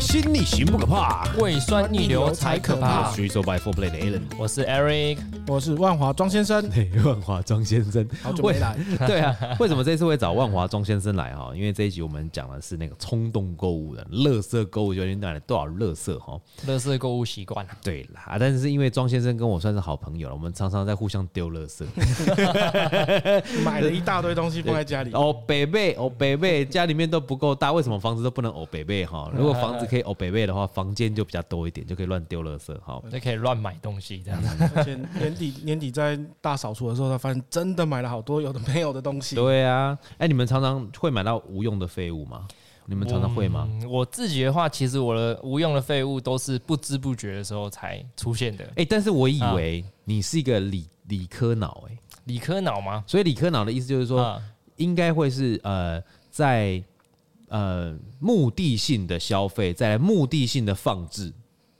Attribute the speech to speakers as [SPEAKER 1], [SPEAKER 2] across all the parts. [SPEAKER 1] 心理型不可怕。
[SPEAKER 2] 胃酸逆流才可怕。
[SPEAKER 1] 是收 by Four Play 的 Alan，
[SPEAKER 2] 我是 Eric，
[SPEAKER 3] 我是万华庄先 生，
[SPEAKER 1] 嘿万华庄先 生。
[SPEAKER 3] 好久没来，
[SPEAKER 1] 对啊，为什么这次会找万华庄先生来哈？因为这一集我们讲的是那个冲动购物的，乐色购物，究竟带来多少乐色哈？
[SPEAKER 2] 乐色购物习惯啊，
[SPEAKER 1] 对啦，啊但是因为庄先生跟我算是好朋友了，我们常常在互相丢乐 色。
[SPEAKER 3] 买了一大堆东西放在家里，
[SPEAKER 1] 哦，北贝，哦，北贝，家里面都不够大，为什么房子都不能哦北贝 哈？如果房子可以哦北贝的话，房间就比较多一点，就可以乱丢乐色哈。
[SPEAKER 2] 就可以乱买东西这样子。
[SPEAKER 3] 而且年底年底在大扫除的时候，他发现真的买了好多有的没有的东 西。
[SPEAKER 1] 对啊，哎、你们常常会买到无用的废物吗？你们 常常会吗？
[SPEAKER 2] 嗯我自己的话，其实我的无用的废物都是不知不觉的时候才出现的。
[SPEAKER 1] 哎、但是我
[SPEAKER 2] 啊
[SPEAKER 1] 以为你是一个理理科脑哎、
[SPEAKER 2] 理科脑吗？
[SPEAKER 1] 所以理科脑的意思就是说，
[SPEAKER 2] 啊，
[SPEAKER 1] 应该会是呃在呃目的性的消费，再来目的性的放置，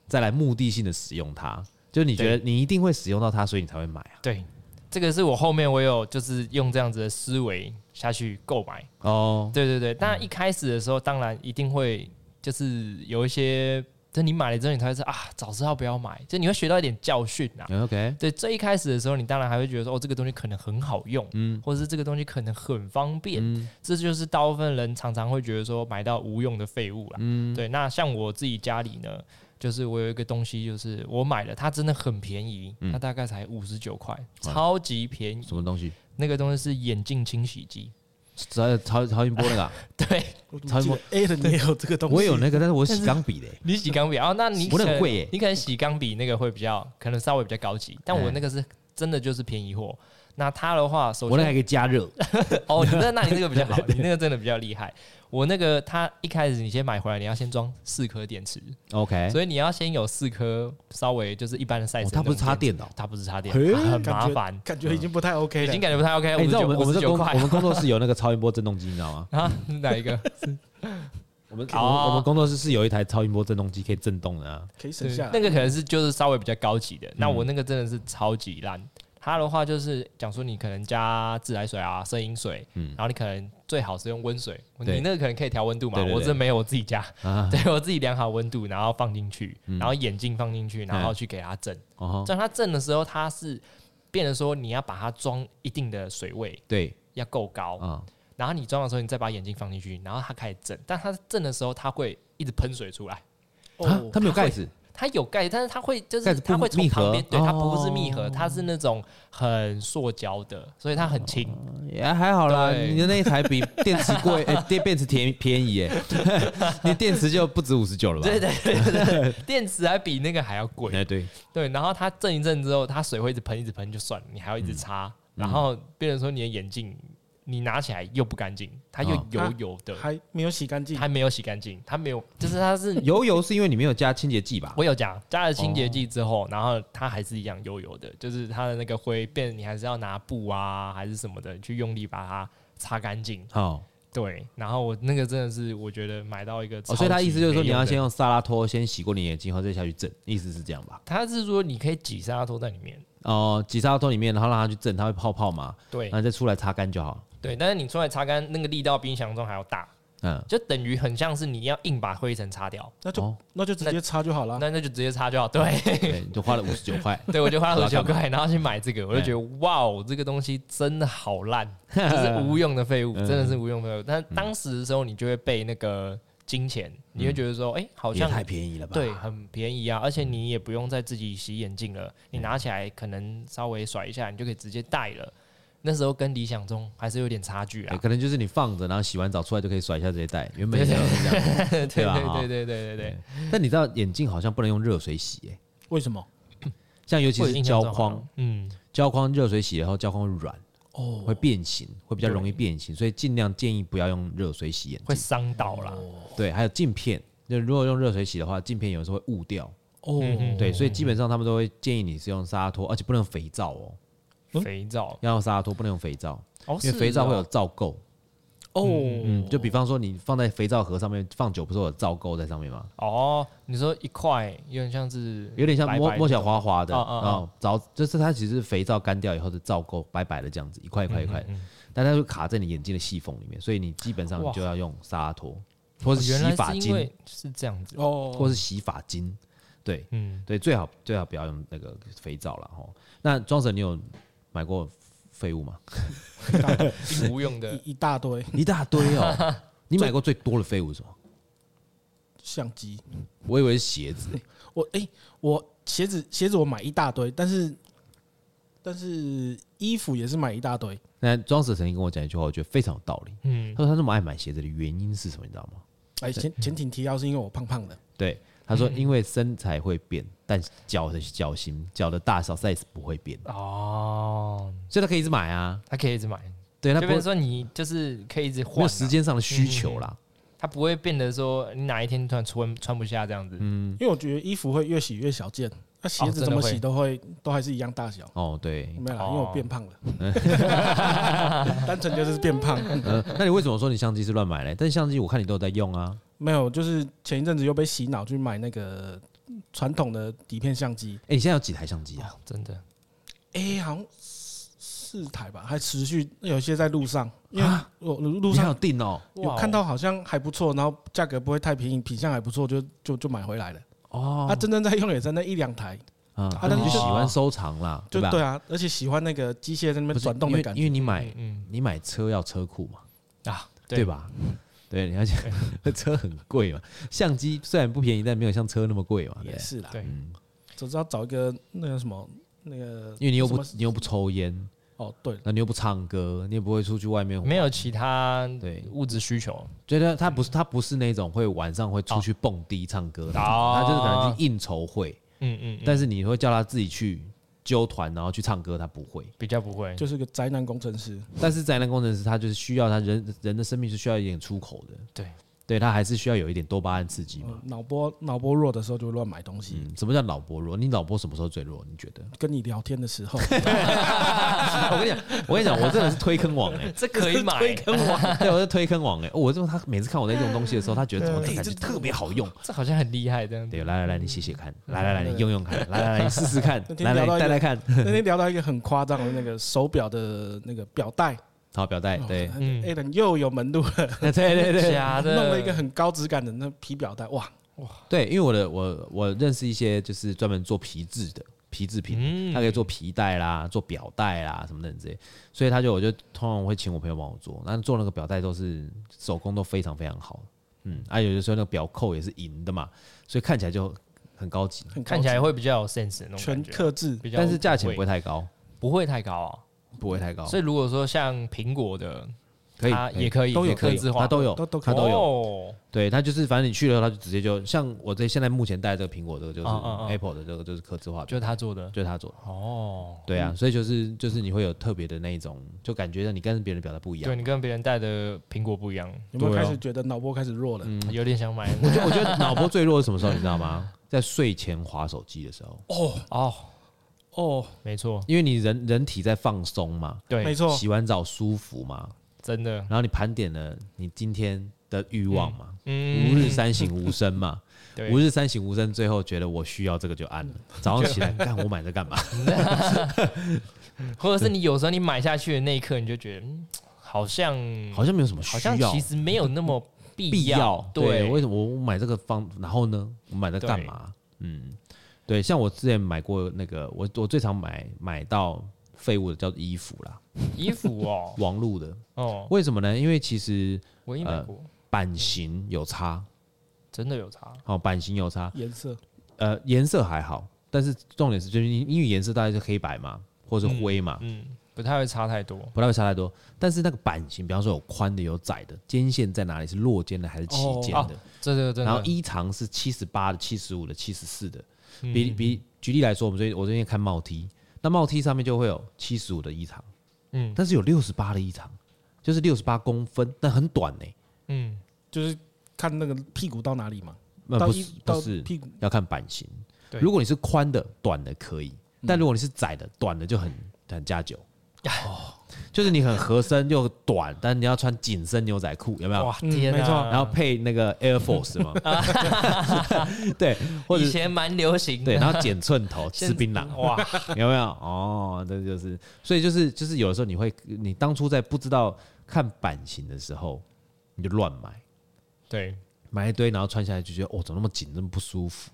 [SPEAKER 1] 再来目的性的使用它。就是你觉得你一定会使用到它，所以你才会买啊。
[SPEAKER 2] 对，这个是我后面我有就是用这样子的思维下去购买。
[SPEAKER 1] 哦，
[SPEAKER 2] 对对对，但一开始的时候，当然一定会就是有一些，就你买了之后，你才会说啊，早知道不要买，就你会学到一点教训啊。
[SPEAKER 1] OK，
[SPEAKER 2] 对，最一开始的时候，你当然还会觉得说，哦，这个东西可能很好用，
[SPEAKER 1] 嗯
[SPEAKER 2] 或者是这个东西可能很方便，
[SPEAKER 1] 嗯
[SPEAKER 2] 这就是大部分人常常会觉得说买到无用的废物啦。
[SPEAKER 1] 嗯，
[SPEAKER 2] 对，那像我自己家里呢，就是我有一个东西，就是我买了，它真的很便宜，
[SPEAKER 1] 嗯
[SPEAKER 2] 它大概才五十九块，超级便宜。
[SPEAKER 1] 什么东西？
[SPEAKER 2] 那个东西是眼镜清洗机，
[SPEAKER 1] 曹曹曹云波那个啊、
[SPEAKER 2] 对，
[SPEAKER 3] 我怎么记得 A 的也有这个东西，
[SPEAKER 1] 我有那个，但是我洗钢笔的欸、
[SPEAKER 2] 你洗钢笔，哦，那你
[SPEAKER 1] 我那很
[SPEAKER 2] 可能
[SPEAKER 1] 贵耶
[SPEAKER 2] 你可能洗钢笔那个会比较，可能稍微比较高级，但我
[SPEAKER 1] 哎
[SPEAKER 2] 那个是真的就是便宜货。那它的话，首
[SPEAKER 1] 我那
[SPEAKER 2] 先
[SPEAKER 1] 还可以加 热。
[SPEAKER 2] 哦，你那那你那个比较 好，你那个真的比较厉害。我那个它一开始你先买回来，你要先装四颗电池，
[SPEAKER 1] OK，
[SPEAKER 2] 所以你要先有四颗稍微就是一般的 size
[SPEAKER 1] 哎哦
[SPEAKER 2] 的、
[SPEAKER 1] 它不是插，电的哦、
[SPEAKER 2] 它不是插电，
[SPEAKER 3] 嘿
[SPEAKER 2] 很
[SPEAKER 3] 感
[SPEAKER 2] 麻
[SPEAKER 3] 觉
[SPEAKER 2] 烦，
[SPEAKER 3] 感觉已经不太 OK
[SPEAKER 2] 已
[SPEAKER 3] 了
[SPEAKER 2] 经。感觉不太 OK、
[SPEAKER 1] 哎、
[SPEAKER 2] 五
[SPEAKER 1] 你
[SPEAKER 2] 十
[SPEAKER 1] 知道
[SPEAKER 2] 九
[SPEAKER 1] 我们我们这
[SPEAKER 2] 九
[SPEAKER 1] 工
[SPEAKER 2] 块
[SPEAKER 1] 我们工作室有那个超音波振动机，你知道吗？
[SPEAKER 2] 啊，是哪一个？
[SPEAKER 1] 我们、
[SPEAKER 2] 哦
[SPEAKER 1] 我们我们工作室是有一台超音波振动机可以震动的啊。
[SPEAKER 3] 可以省
[SPEAKER 2] 对，
[SPEAKER 3] 下来
[SPEAKER 2] 那个可能是就是稍微比较高级
[SPEAKER 1] 嗯
[SPEAKER 2] 的，那我那个真的是超级烂。它的话就是讲说你可能加自来水啊、生饮水，
[SPEAKER 1] 嗯
[SPEAKER 2] 然后你可能最好是用温水，
[SPEAKER 1] 对
[SPEAKER 2] 你那个可能可以调温度嘛。
[SPEAKER 1] 对对对
[SPEAKER 2] 我这没有，我自己加，
[SPEAKER 1] 啊，
[SPEAKER 2] 对我自己量好温度，然后放进去，
[SPEAKER 1] 嗯
[SPEAKER 2] 然后眼镜放进去，然后去给它震。
[SPEAKER 1] 哦吼，
[SPEAKER 2] 在、它震的时候，它是变得说你要把它装一定的水位
[SPEAKER 1] 对
[SPEAKER 2] 要够高，
[SPEAKER 1] 啊，
[SPEAKER 2] 然后你装的时候，你再把眼镜放进去，然后它开始震。但它震的时候，它会一直喷水出来。
[SPEAKER 1] 啊
[SPEAKER 3] 哦，
[SPEAKER 1] 它没有盖子，
[SPEAKER 2] 它有盖，但是它会就
[SPEAKER 1] 盖
[SPEAKER 2] 是
[SPEAKER 1] 子不
[SPEAKER 2] 它会从
[SPEAKER 1] 密合
[SPEAKER 2] 旁边，对，它不是
[SPEAKER 1] 哦
[SPEAKER 2] 密合，它是那种很塑胶的，所以它很轻。
[SPEAKER 1] 也还好啦。
[SPEAKER 2] 对
[SPEAKER 1] 你的那一台比电池 贵，哎、电电池便便宜 耶，你电池就不止五十九了吧？
[SPEAKER 2] 对对对对对，电池还比那个还要 贵。
[SPEAKER 1] 哎对，
[SPEAKER 2] 对，然后它震一震之后，它水会一直喷一直喷就算了，你还要一直擦，
[SPEAKER 1] 嗯
[SPEAKER 2] 然后变成说你的眼镜你拿起来又不干净，它又
[SPEAKER 1] 哦
[SPEAKER 2] 油油的，
[SPEAKER 3] 还没有洗干净，
[SPEAKER 2] 还没有洗干净，它没有，就是它是
[SPEAKER 1] 油油是因为你没 有加清洁剂吧？
[SPEAKER 2] 我有讲，加了清洁剂之后，然后它还是一样油
[SPEAKER 1] 哦
[SPEAKER 2] 油的，就是它的那个灰变，你还是要拿布啊还是什么的去用力把它擦干净。
[SPEAKER 1] 好、
[SPEAKER 2] 对，然后我那个真的是我觉得买到一个、
[SPEAKER 1] 哦，所以他意思就是说，你要先，用沙拉拖先洗过你眼睛，然后再下去震，意思是这样吧？
[SPEAKER 2] 他是说你可以挤沙拖在里面，
[SPEAKER 1] 哦，挤沙拉拖里面，然后让它去震，它会泡泡嘛，
[SPEAKER 2] 对
[SPEAKER 1] 然后再出来擦干就好了。
[SPEAKER 2] 对，但是你出来擦干那个力道比你想象中还要大，
[SPEAKER 1] 嗯，
[SPEAKER 2] 就等于很像是你要硬把灰尘擦掉，
[SPEAKER 3] 那就
[SPEAKER 1] 哦
[SPEAKER 3] 那就直接擦就好
[SPEAKER 1] 啊
[SPEAKER 3] 了。
[SPEAKER 2] 那那就直接擦就好。对，
[SPEAKER 1] 对，你就花了五十九块。
[SPEAKER 2] 对，我就花了
[SPEAKER 1] 不
[SPEAKER 2] 五
[SPEAKER 1] 知
[SPEAKER 2] 九
[SPEAKER 1] 道干
[SPEAKER 2] 块，然后去买这
[SPEAKER 1] 嗯
[SPEAKER 2] 个，我就觉得哇哦，这个东西真的 好烂，就是无用的废物，真
[SPEAKER 1] 嗯
[SPEAKER 2] 的是无用废物。但当时的时候，你就会被那个金钱，你会觉得说，哎，好
[SPEAKER 1] 嗯也
[SPEAKER 2] 像
[SPEAKER 1] 太便宜了吧？
[SPEAKER 2] 对，很便宜啊，而且你也不用再自己洗眼镜了，
[SPEAKER 1] 嗯
[SPEAKER 2] 你拿起来可能稍微甩一下，你就可以直接戴了。那时候跟理想中还是有点差距
[SPEAKER 1] 对
[SPEAKER 2] 啊。
[SPEAKER 1] 可能就是你放着，然后洗完澡出来就可以甩一下这些袋，原本
[SPEAKER 2] 对
[SPEAKER 1] 也
[SPEAKER 2] 对
[SPEAKER 1] 是这样。
[SPEAKER 2] 对对
[SPEAKER 1] 对吧
[SPEAKER 2] 对对对对对，
[SPEAKER 1] 但你知道眼镜好像不能用热水洗、欸，
[SPEAKER 3] 为什么？
[SPEAKER 1] 像尤其
[SPEAKER 2] 我有
[SPEAKER 1] 是
[SPEAKER 2] 印象
[SPEAKER 1] 胶
[SPEAKER 2] 中好像
[SPEAKER 1] 框，，
[SPEAKER 2] 嗯，
[SPEAKER 1] 胶框热水洗了后胶框会软，
[SPEAKER 3] 哦，
[SPEAKER 1] 会变形，会比较容易变形，所以尽量建议不要用热水洗眼
[SPEAKER 2] 会
[SPEAKER 1] 镜。
[SPEAKER 2] 伤到啦。
[SPEAKER 1] 对，还有镜片，就如果用热水洗的话，镜片有时候会雾掉。
[SPEAKER 3] 哦，
[SPEAKER 2] 嗯
[SPEAKER 1] 对，所以基本上他们都会建议你是用沙拉托，而且不能用肥皂哦，
[SPEAKER 2] 肥皂，
[SPEAKER 1] 要用沙拉托，不能用肥皂，
[SPEAKER 2] 哦，
[SPEAKER 1] 嗯因为肥皂会有
[SPEAKER 2] 是
[SPEAKER 1] 皂垢。
[SPEAKER 3] 哦，
[SPEAKER 1] 嗯，就比方说你放在肥皂盒上面放久，不是会有皂垢在上面吗？
[SPEAKER 2] 哦，你说一块有点像是
[SPEAKER 1] 有点像摸摸起来
[SPEAKER 2] 小
[SPEAKER 1] 滑滑的
[SPEAKER 2] 哦哦哦
[SPEAKER 1] 啊，皂就是它其实是肥皂干掉以后的皂垢白白的这样子，
[SPEAKER 2] 嗯
[SPEAKER 1] 一块一块一块，但它会卡在你眼睛的细缝里面，所以你基本上
[SPEAKER 2] 哇
[SPEAKER 1] 就要用沙拉托。或是
[SPEAKER 2] 哦原来
[SPEAKER 1] 洗发
[SPEAKER 2] 是因
[SPEAKER 1] 精，
[SPEAKER 2] 为是这样子，
[SPEAKER 3] 哦，
[SPEAKER 1] 或是洗发精，对
[SPEAKER 2] 嗯，
[SPEAKER 1] 对，最好最好不要用那个肥皂了哈。那庄神，你有买过废物 吗？
[SPEAKER 3] 一大
[SPEAKER 2] 无用 的
[SPEAKER 3] 一一大堆
[SPEAKER 1] 一大堆哦、 你买过最多的废物是什么？
[SPEAKER 3] 相机，
[SPEAKER 1] 我以为是鞋子，
[SPEAKER 3] 我哎、我鞋子鞋子我买一大堆，但是但是衣服也是买一大堆，
[SPEAKER 1] 那庄子曾经跟我讲一句话，我觉得非常有道理。
[SPEAKER 2] 嗯
[SPEAKER 1] 他说他那么爱买鞋子的原因是什么？你知道吗？
[SPEAKER 3] 哎、前前庭提到是因为我胖胖的，
[SPEAKER 1] 对，他说因为身材会变，但脚的脚型、脚的大小 size 不会变，
[SPEAKER 2] 哦，
[SPEAKER 1] 所以他可以一直买啊。
[SPEAKER 2] 他可以一直买，
[SPEAKER 1] 对他
[SPEAKER 2] 就
[SPEAKER 1] 不
[SPEAKER 2] 变
[SPEAKER 1] 会
[SPEAKER 2] 成说你就是可以一直
[SPEAKER 1] 没
[SPEAKER 2] 换
[SPEAKER 1] 有
[SPEAKER 2] 啊
[SPEAKER 1] 时，间上的
[SPEAKER 3] 嗯
[SPEAKER 1] 需求啦。
[SPEAKER 2] 它不会变得说你哪一天突然穿穿不下这样子，
[SPEAKER 1] 嗯
[SPEAKER 3] 因为我觉得衣服会越洗越小件，那、鞋
[SPEAKER 2] 嗯哦
[SPEAKER 3] 子
[SPEAKER 2] 真的
[SPEAKER 3] 怎么洗
[SPEAKER 2] 会
[SPEAKER 3] 都会、都还是一样大小。
[SPEAKER 1] 哦，对，
[SPEAKER 3] 没有啦，
[SPEAKER 2] 哦
[SPEAKER 3] 因为我变胖了， 单纯就是变胖。
[SPEAKER 1] 嗯，那你为什么说你相机是乱买嘞？但相机我看你都有在用啊。
[SPEAKER 3] 没有，就是前一阵子又被洗脑去买那个传统的底片相机，
[SPEAKER 1] 哎、你现在有几台相机啊？
[SPEAKER 2] 哦真的
[SPEAKER 3] 哎、好像四四台吧，还持续有些在路上，因为我路
[SPEAKER 1] 你还有
[SPEAKER 3] 上
[SPEAKER 1] 订哦、
[SPEAKER 2] 啊哇
[SPEAKER 3] 有
[SPEAKER 2] 哦
[SPEAKER 3] 看到好像还不错，然后价格不会太便宜，品相还不错，就就就买回来了。
[SPEAKER 1] 哦，
[SPEAKER 3] 啊，真正在用也才那一两台，
[SPEAKER 1] 啊，
[SPEAKER 3] 啊
[SPEAKER 1] 那
[SPEAKER 3] 但
[SPEAKER 1] 你
[SPEAKER 3] 是
[SPEAKER 1] 就喜
[SPEAKER 2] 就
[SPEAKER 1] 欢收藏啦，
[SPEAKER 3] 就
[SPEAKER 1] 吧？
[SPEAKER 3] 对啊，而且喜欢那个机械在那
[SPEAKER 1] 不
[SPEAKER 3] 边
[SPEAKER 1] 是
[SPEAKER 3] 转动
[SPEAKER 1] 因
[SPEAKER 3] 的
[SPEAKER 1] 为
[SPEAKER 3] 感
[SPEAKER 1] 因
[SPEAKER 3] 觉。
[SPEAKER 1] 为你买
[SPEAKER 2] 嗯
[SPEAKER 1] 你买车要车库嘛，
[SPEAKER 2] 嗯啊，
[SPEAKER 1] 对？吧？对，你而 且车很贵嘛，相机虽然不便宜，但没有像车那么贵嘛。对
[SPEAKER 3] 也，是啦，
[SPEAKER 2] 对，
[SPEAKER 1] 嗯，
[SPEAKER 3] 总之要找一个那个什么那个
[SPEAKER 1] 因为你又不
[SPEAKER 3] 什么
[SPEAKER 1] 你又不抽烟，
[SPEAKER 3] 哦，对，
[SPEAKER 1] 那你又不唱歌，你也不会出去外面。
[SPEAKER 2] 没有其他
[SPEAKER 1] 对，
[SPEAKER 2] 物质需求，
[SPEAKER 1] 觉得他不是他不是那种会晚上会出去蹦迪唱歌的，
[SPEAKER 2] 哦
[SPEAKER 1] 他就是可能去应酬会，
[SPEAKER 2] 嗯嗯，
[SPEAKER 1] 但是你会叫他自己去揪团，然后去唱歌，他不会。
[SPEAKER 2] 比较不会，
[SPEAKER 3] 就是个宅男工程师。
[SPEAKER 1] 但是宅男工程师他就是需要他人人的生命是需要一点出口的，
[SPEAKER 2] 对，
[SPEAKER 1] 对他还是需要有一点多巴胺刺激嘛。
[SPEAKER 3] 嗯脑波脑波弱的时候就会乱买东西。
[SPEAKER 1] 嗯，什么叫脑波弱？你脑波什么时候最弱？你 觉得？
[SPEAKER 3] 跟你聊天的 时候，
[SPEAKER 1] 我跟你讲，我跟你讲，我真的是推坑王哎、
[SPEAKER 2] 这可以 买，
[SPEAKER 1] 对，我是推坑王哎、我这种他每次看我在用东西的时候，他觉得怎么感觉特别好用。
[SPEAKER 2] 这好像很厉害这样子，
[SPEAKER 1] 对，来来来，你写写看，来来来，你用用看，来来来，你试试 看，来来你带来看。
[SPEAKER 3] 那天聊到一个很夸张的那个手表的那个表带，
[SPEAKER 1] 好，表带， 对，
[SPEAKER 2] 嗯
[SPEAKER 3] 哎，人又有门路了，
[SPEAKER 1] 对对对
[SPEAKER 2] 假的，
[SPEAKER 3] 弄了一个很高质感的那皮表带，哇，
[SPEAKER 1] 对，因为我的我我认识一些就是专门做皮质的皮制品，
[SPEAKER 2] 嗯
[SPEAKER 1] 他可以做皮带啦，做表带啦什么的这些，所以他就我就通常会请我朋友帮我做，那做那个表带都是手工都非常非常好，嗯，啊有的时候那个表扣也是银的嘛，所以看起来就很高级，
[SPEAKER 3] 很高
[SPEAKER 2] 看起
[SPEAKER 3] 级
[SPEAKER 2] 来会比较有 sense 的那种
[SPEAKER 3] 全
[SPEAKER 2] 感觉，
[SPEAKER 3] 刻制，
[SPEAKER 2] 比较
[SPEAKER 1] 但是价钱不
[SPEAKER 2] 不
[SPEAKER 1] 会
[SPEAKER 2] 会
[SPEAKER 1] 太高，
[SPEAKER 2] 不会太高啊。
[SPEAKER 1] 不会太高，
[SPEAKER 2] 所以如果说像苹果的，
[SPEAKER 1] 可以
[SPEAKER 2] 它也
[SPEAKER 1] 以
[SPEAKER 2] 可以
[SPEAKER 3] 都有
[SPEAKER 2] 刻字化，哦
[SPEAKER 1] 它都有
[SPEAKER 3] 都都
[SPEAKER 1] 它
[SPEAKER 3] 可以
[SPEAKER 1] 都有，
[SPEAKER 2] 有，
[SPEAKER 1] 对，它就是反正你去了，它就直接就像我这现在目前戴的这个苹果这个就是
[SPEAKER 2] 嗯嗯嗯
[SPEAKER 1] Apple 的这个就是刻字化的，
[SPEAKER 2] 就是它做的
[SPEAKER 1] 就是它做的。
[SPEAKER 2] 哦。
[SPEAKER 1] 对啊，所以就是就是你会有特别的那一种，就感觉到你跟别人表达不一
[SPEAKER 2] 对
[SPEAKER 1] 样。
[SPEAKER 2] 你跟别人带的苹果不一样，
[SPEAKER 3] 有没有
[SPEAKER 1] 对啊嗯
[SPEAKER 3] 开始觉得脑波开始弱了？
[SPEAKER 2] 有点想买
[SPEAKER 1] 我觉我觉得脑波最弱是什么时候，你知道吗？在睡前划手机的时候，
[SPEAKER 2] 哦。
[SPEAKER 3] 哦，
[SPEAKER 2] 没错，
[SPEAKER 1] 因为你人人体在放松嘛，
[SPEAKER 3] 没
[SPEAKER 2] 对，
[SPEAKER 3] 错，
[SPEAKER 1] 洗完澡舒服嘛，
[SPEAKER 2] 真的，
[SPEAKER 1] 然后你盘点了你今天的欲望嘛，
[SPEAKER 2] 嗯，
[SPEAKER 1] 吾日三省吾身嘛，
[SPEAKER 2] 对
[SPEAKER 1] 吾日三省吾身，最后觉得我需要这个就按了，早上起来看我买这干嘛？
[SPEAKER 2] 或者是你有时候你买下去的那一刻，你就觉得嗯好像
[SPEAKER 1] 好像没有什么
[SPEAKER 2] 嗯好
[SPEAKER 1] 需
[SPEAKER 2] 像
[SPEAKER 1] 要
[SPEAKER 2] 其。实没有那么
[SPEAKER 1] 必
[SPEAKER 2] 必
[SPEAKER 1] 要。
[SPEAKER 2] 对，
[SPEAKER 1] 为什么我买这个方？然后呢，我买这干嘛？嗯，对，像我之前买过那个，我我最常买买到废物的叫衣服啦，，
[SPEAKER 2] 衣服哦
[SPEAKER 1] 网路的。
[SPEAKER 2] 哦，
[SPEAKER 1] 为什么呢？因为其实
[SPEAKER 2] 我也
[SPEAKER 1] 呃
[SPEAKER 2] 买过，
[SPEAKER 1] 版型有差，
[SPEAKER 2] 真的有差，
[SPEAKER 1] 哦，版型有差，
[SPEAKER 3] 颜色
[SPEAKER 1] 呃，颜色还好，但是重点是就是因因为颜色大概是黑白嘛，或是灰嘛。
[SPEAKER 2] 嗯，不太会差太多，
[SPEAKER 1] 不太会差太多，但是那个版型，比方说有宽的，有窄的，肩线在哪里？是落肩的还是齐肩
[SPEAKER 2] 哦
[SPEAKER 1] 的？
[SPEAKER 2] 这个真的。
[SPEAKER 1] 然后衣长是七十八的、七十五的、七十四的，
[SPEAKER 3] 嗯
[SPEAKER 1] 比比举例来说，我们最近我最近看帽 T，那帽 T 上面就会有七十五的衣长，
[SPEAKER 2] 嗯
[SPEAKER 1] 但是有六十八的衣长，就是六十八公分，但很短呢、
[SPEAKER 2] 嗯，
[SPEAKER 3] 就是看那个屁股到哪里嘛，
[SPEAKER 1] 那
[SPEAKER 3] 到
[SPEAKER 1] 呃不
[SPEAKER 3] 一
[SPEAKER 1] 是
[SPEAKER 3] 到
[SPEAKER 1] 不是
[SPEAKER 3] 屁股
[SPEAKER 1] 要看版型，
[SPEAKER 2] 对
[SPEAKER 1] 如果你是宽的、短的可以，
[SPEAKER 2] 嗯
[SPEAKER 1] 但如果你是窄的、短的就很很加九。就是你很合身又短，但你要穿紧身牛仔裤，有没有？
[SPEAKER 2] 哇，天啊，
[SPEAKER 3] 没错
[SPEAKER 1] 然后配那个 Air Force 嘛， 对，或者
[SPEAKER 2] 以前蛮流行
[SPEAKER 1] 对，
[SPEAKER 2] 的，
[SPEAKER 1] 然后剪寸头
[SPEAKER 2] 现
[SPEAKER 1] 吃槟榔，
[SPEAKER 2] 哇，
[SPEAKER 1] 有没有？哦，这就是，所以就是就是有的时候你会，你当初在不知道看版型的时候，你就乱买，
[SPEAKER 2] 对，
[SPEAKER 1] 买一堆，然后穿下来就觉得哦，怎么那么紧，那么不舒服？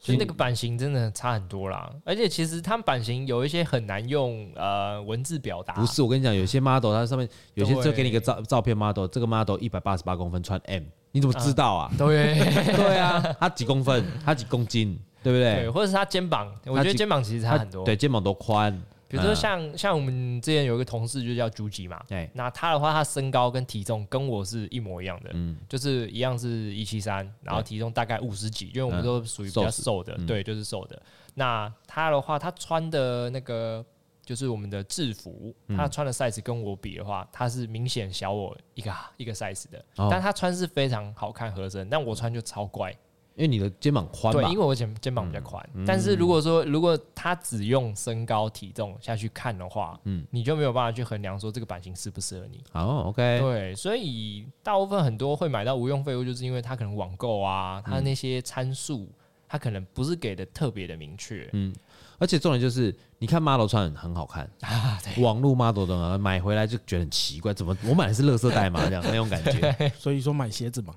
[SPEAKER 2] 就那个版型真的差很多啦，而且其实他们版型有一些很难用呃文字表达，
[SPEAKER 1] 不是，我跟你讲，有些 model 它上面有些
[SPEAKER 2] 对
[SPEAKER 1] 就给你一个照照片 model，这个 model 一百八十八公分穿 M，你怎么知道
[SPEAKER 2] 嗯
[SPEAKER 1] 啊？
[SPEAKER 2] 对
[SPEAKER 1] 对啊，他几公分，他几公斤，对不
[SPEAKER 2] 对，
[SPEAKER 1] 对？
[SPEAKER 2] 或者是他肩膀，我觉
[SPEAKER 1] 他
[SPEAKER 2] 得
[SPEAKER 1] 几
[SPEAKER 2] 肩膀其实差
[SPEAKER 1] 他
[SPEAKER 2] 很多。
[SPEAKER 1] 对，肩膀多宽？
[SPEAKER 2] 比如说
[SPEAKER 1] 嗯
[SPEAKER 2] 像像我们之前有一个同事就叫朱吉嘛，
[SPEAKER 1] 哎，
[SPEAKER 2] 那他的话，他身高跟体重跟我是一模一样的，
[SPEAKER 1] 嗯
[SPEAKER 2] 就是一样是一七三，然后体重大概五十几，因为我们都属于比较瘦的，
[SPEAKER 1] 嗯
[SPEAKER 2] 对，就是瘦的。那他的话，他穿的那个就是我们的制服，
[SPEAKER 1] 嗯
[SPEAKER 2] 他穿的 size 跟我比的话，他是明显小我一个一个 size 的，
[SPEAKER 1] 哦
[SPEAKER 2] 但他穿是非常好看合身，但我穿就超怪，
[SPEAKER 1] 因为你的肩膀宽
[SPEAKER 2] 对，
[SPEAKER 1] 吧
[SPEAKER 2] 因为？我肩肩膀比较宽。
[SPEAKER 1] 嗯
[SPEAKER 2] 但是如果说如果他只用身高体重下去看的话，
[SPEAKER 1] 嗯
[SPEAKER 2] 你就没有办法去衡量说这个版型适不适合你。
[SPEAKER 1] 好，OK，
[SPEAKER 2] 对，所以大部分很多会买到无用废物，就是因为它可能网购啊，它那些参数，它可能不是给的特别的明确。
[SPEAKER 1] 嗯而且重点就是，你看 model 穿很很好看，
[SPEAKER 2] 啊，对，
[SPEAKER 1] 网络 model 的呢买回来就觉得很奇怪，怎么 我买的是垃圾袋嘛？这样那种 感觉。
[SPEAKER 3] 所以说买鞋子嘛，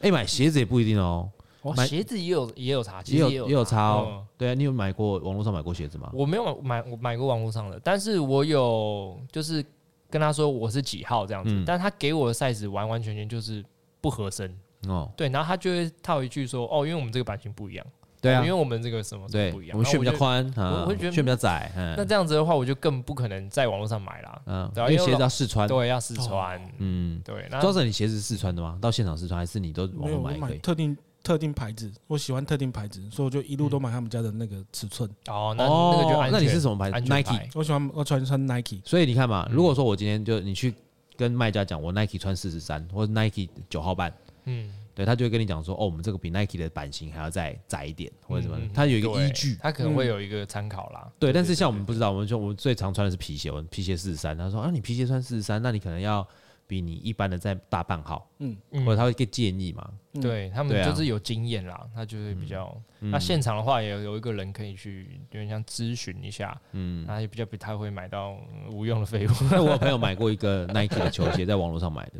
[SPEAKER 1] 哎，买鞋子也不一定哦，
[SPEAKER 2] 哦
[SPEAKER 1] 买
[SPEAKER 2] 鞋子也有也有差，其
[SPEAKER 1] 也
[SPEAKER 2] 实
[SPEAKER 1] 有
[SPEAKER 2] 也
[SPEAKER 1] 也有差哦
[SPEAKER 2] 嗯。
[SPEAKER 1] 对啊，你有买过网络上买过鞋子吗？
[SPEAKER 2] 我没有买我买过网络上的，但是我有就是跟他说我是几号这样子，
[SPEAKER 1] 嗯
[SPEAKER 2] 但他给我的 size 完完全全就是不合身。
[SPEAKER 1] 哦，
[SPEAKER 2] 对，然后他就会套一句说：“哦，因为我们这个版型不一样，哦
[SPEAKER 1] 对啊
[SPEAKER 2] 因为，我们这个什么什么
[SPEAKER 1] 对
[SPEAKER 2] 不一，样。”
[SPEAKER 1] 我们
[SPEAKER 2] 然
[SPEAKER 1] 炫
[SPEAKER 2] 后
[SPEAKER 1] 比较
[SPEAKER 2] 就。
[SPEAKER 1] 宽啊，
[SPEAKER 2] 我会觉得
[SPEAKER 1] 炫比较窄，
[SPEAKER 2] 那
[SPEAKER 1] 嗯
[SPEAKER 2] 这样子的话，我就更不可能在网络上买啦。
[SPEAKER 1] 嗯，
[SPEAKER 2] 对
[SPEAKER 1] 因
[SPEAKER 2] 啊
[SPEAKER 1] 为
[SPEAKER 2] 因为
[SPEAKER 1] 鞋子
[SPEAKER 2] 老
[SPEAKER 1] 要试穿，
[SPEAKER 2] 对，啊要试穿。
[SPEAKER 1] 嗯。
[SPEAKER 2] 对，那
[SPEAKER 1] 周深，你鞋子试穿的吗？到现场试穿还是你都网
[SPEAKER 3] 没
[SPEAKER 1] 络
[SPEAKER 3] 有我
[SPEAKER 1] 买可
[SPEAKER 3] 买
[SPEAKER 1] 以？
[SPEAKER 3] 特定特定牌子，我喜欢特定牌子，所以我就
[SPEAKER 1] 嗯
[SPEAKER 3] 一路都买他们家的那个尺寸。
[SPEAKER 2] 哦，那那个就安全
[SPEAKER 1] 那你是什么牌
[SPEAKER 2] 安
[SPEAKER 1] 子
[SPEAKER 2] 全
[SPEAKER 1] ？Nike。
[SPEAKER 2] 牌
[SPEAKER 3] 我喜欢我喜欢穿 Nike，
[SPEAKER 1] 所以你看
[SPEAKER 2] 嗯
[SPEAKER 1] 嘛，如果说我今天就你去跟卖家讲我 Nike 穿四十三，或者 Nike 九号半，
[SPEAKER 2] 嗯，
[SPEAKER 1] 对他就会跟你讲说，哦，我们这个比 Nike 的版型还要再窄一点，或者什么
[SPEAKER 2] 嗯，
[SPEAKER 1] 他有一个
[SPEAKER 2] 对
[SPEAKER 1] 依据。嗯
[SPEAKER 2] 他可能会有一个参考啦。
[SPEAKER 1] 对，但是像我们不知道，我们就我们最常穿的是皮鞋，我们皮鞋四十三，他说啊，你皮鞋穿四十三，那你可能要比你一般的再大半号，
[SPEAKER 2] 嗯
[SPEAKER 1] 或者他会给建议嘛。
[SPEAKER 3] 嗯
[SPEAKER 2] 对他
[SPEAKER 1] 对
[SPEAKER 2] 们
[SPEAKER 1] 啊嗯
[SPEAKER 2] 就是有经验啦，他就是比较。那现场的话，也有一个人可以去，有点像咨询一下，嗯，他也比较不太会买到嗯无用 的废物。
[SPEAKER 1] 那我有朋友买过一个 Nike 的球鞋，在网络上买的，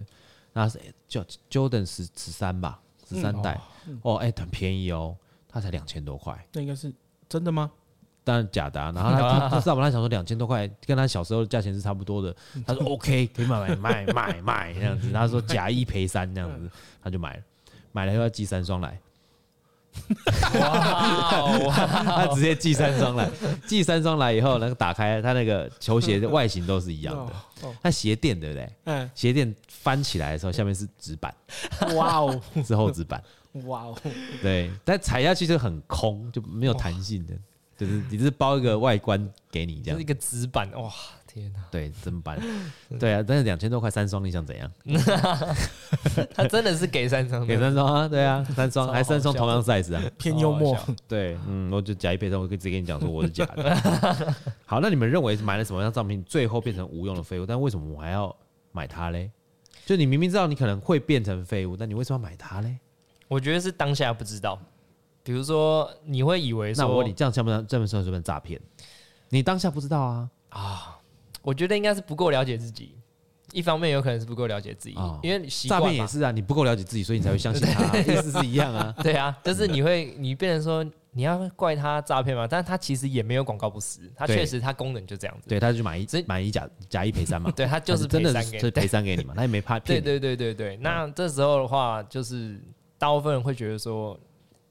[SPEAKER 1] 那是叫 Jordan 十十三吧，十
[SPEAKER 2] 嗯
[SPEAKER 1] 三代，哦，哎、很便宜哦，它才两千多块，
[SPEAKER 3] 那应该是真的吗？
[SPEAKER 1] 当然假的、啊。然后他他知道吗？他想说两千多块跟他小时候的价钱是差不多的，他说 OK，可以买买买买买这样子，他说假一赔三这样子，他就买了，买了又要寄三双来，
[SPEAKER 2] 哇哦，
[SPEAKER 1] 他直接寄三双来，寄三双来以后，那个打开他那个球鞋的外形都是一
[SPEAKER 3] 一
[SPEAKER 1] 样的，
[SPEAKER 3] 哦，
[SPEAKER 1] 他鞋垫对不对？
[SPEAKER 3] 哎，
[SPEAKER 1] 鞋垫翻起来的时候，下面是纸板，
[SPEAKER 3] 哇哦，
[SPEAKER 1] 是厚纸板。
[SPEAKER 3] 哇哦，
[SPEAKER 1] 对，但踩下去就很空，就没有弹性的，就是你只是包一个外观给你这
[SPEAKER 2] 这是一
[SPEAKER 1] 样。
[SPEAKER 2] 个纸板，哇，天哪，
[SPEAKER 1] 对，真 办？对啊，但是两千多块三双，你想怎样？
[SPEAKER 2] 他真的是给三张的，
[SPEAKER 1] 给三双啊，对 啊，三双
[SPEAKER 2] 超
[SPEAKER 1] 还三双
[SPEAKER 2] 好笑
[SPEAKER 1] 同样 size 啊。
[SPEAKER 3] 偏幽默
[SPEAKER 2] 好好笑
[SPEAKER 1] 对，嗯，我就假一倍三，我可以直接跟你讲说我是假的。 好，那你们认为买了什么样商品最后变成无用的废物？但为什么我还要买它嘞？就你明明知道你可能会变成废物，但你为什么要买它嘞？
[SPEAKER 2] 我觉得是当下不知道。比如说，你会以为
[SPEAKER 1] 那
[SPEAKER 2] 说，
[SPEAKER 1] 我问你，这样像不像这么算不算诈骗？你当下不知道啊，
[SPEAKER 2] 我觉得应该是不够了解自己。一方面有可能是不够了解自己，
[SPEAKER 1] 哦
[SPEAKER 2] 因为你习
[SPEAKER 1] 诈
[SPEAKER 2] 惯嘛
[SPEAKER 1] 骗也是啊，你不够了解自己，所以你才会相信他、 意思是一样啊。
[SPEAKER 2] 对啊，就是你会，你变成说你要怪他诈骗嘛，但他其实也没有广告不实，他
[SPEAKER 1] 对
[SPEAKER 2] 确实他功能就这样子，
[SPEAKER 1] 对，他就买一
[SPEAKER 2] 所以
[SPEAKER 1] 买一假假一赔三嘛，
[SPEAKER 2] 对他就
[SPEAKER 1] 他
[SPEAKER 2] 是
[SPEAKER 1] 真
[SPEAKER 2] 赔
[SPEAKER 1] 的
[SPEAKER 2] 三
[SPEAKER 1] 是
[SPEAKER 2] 给
[SPEAKER 1] 是
[SPEAKER 2] 你，
[SPEAKER 1] 赔三给你嘛，他也没怕 骗
[SPEAKER 2] 对
[SPEAKER 1] 你。
[SPEAKER 2] 对对对
[SPEAKER 1] 嗯
[SPEAKER 2] 对。那这时候的话，就是大部分人会觉得说，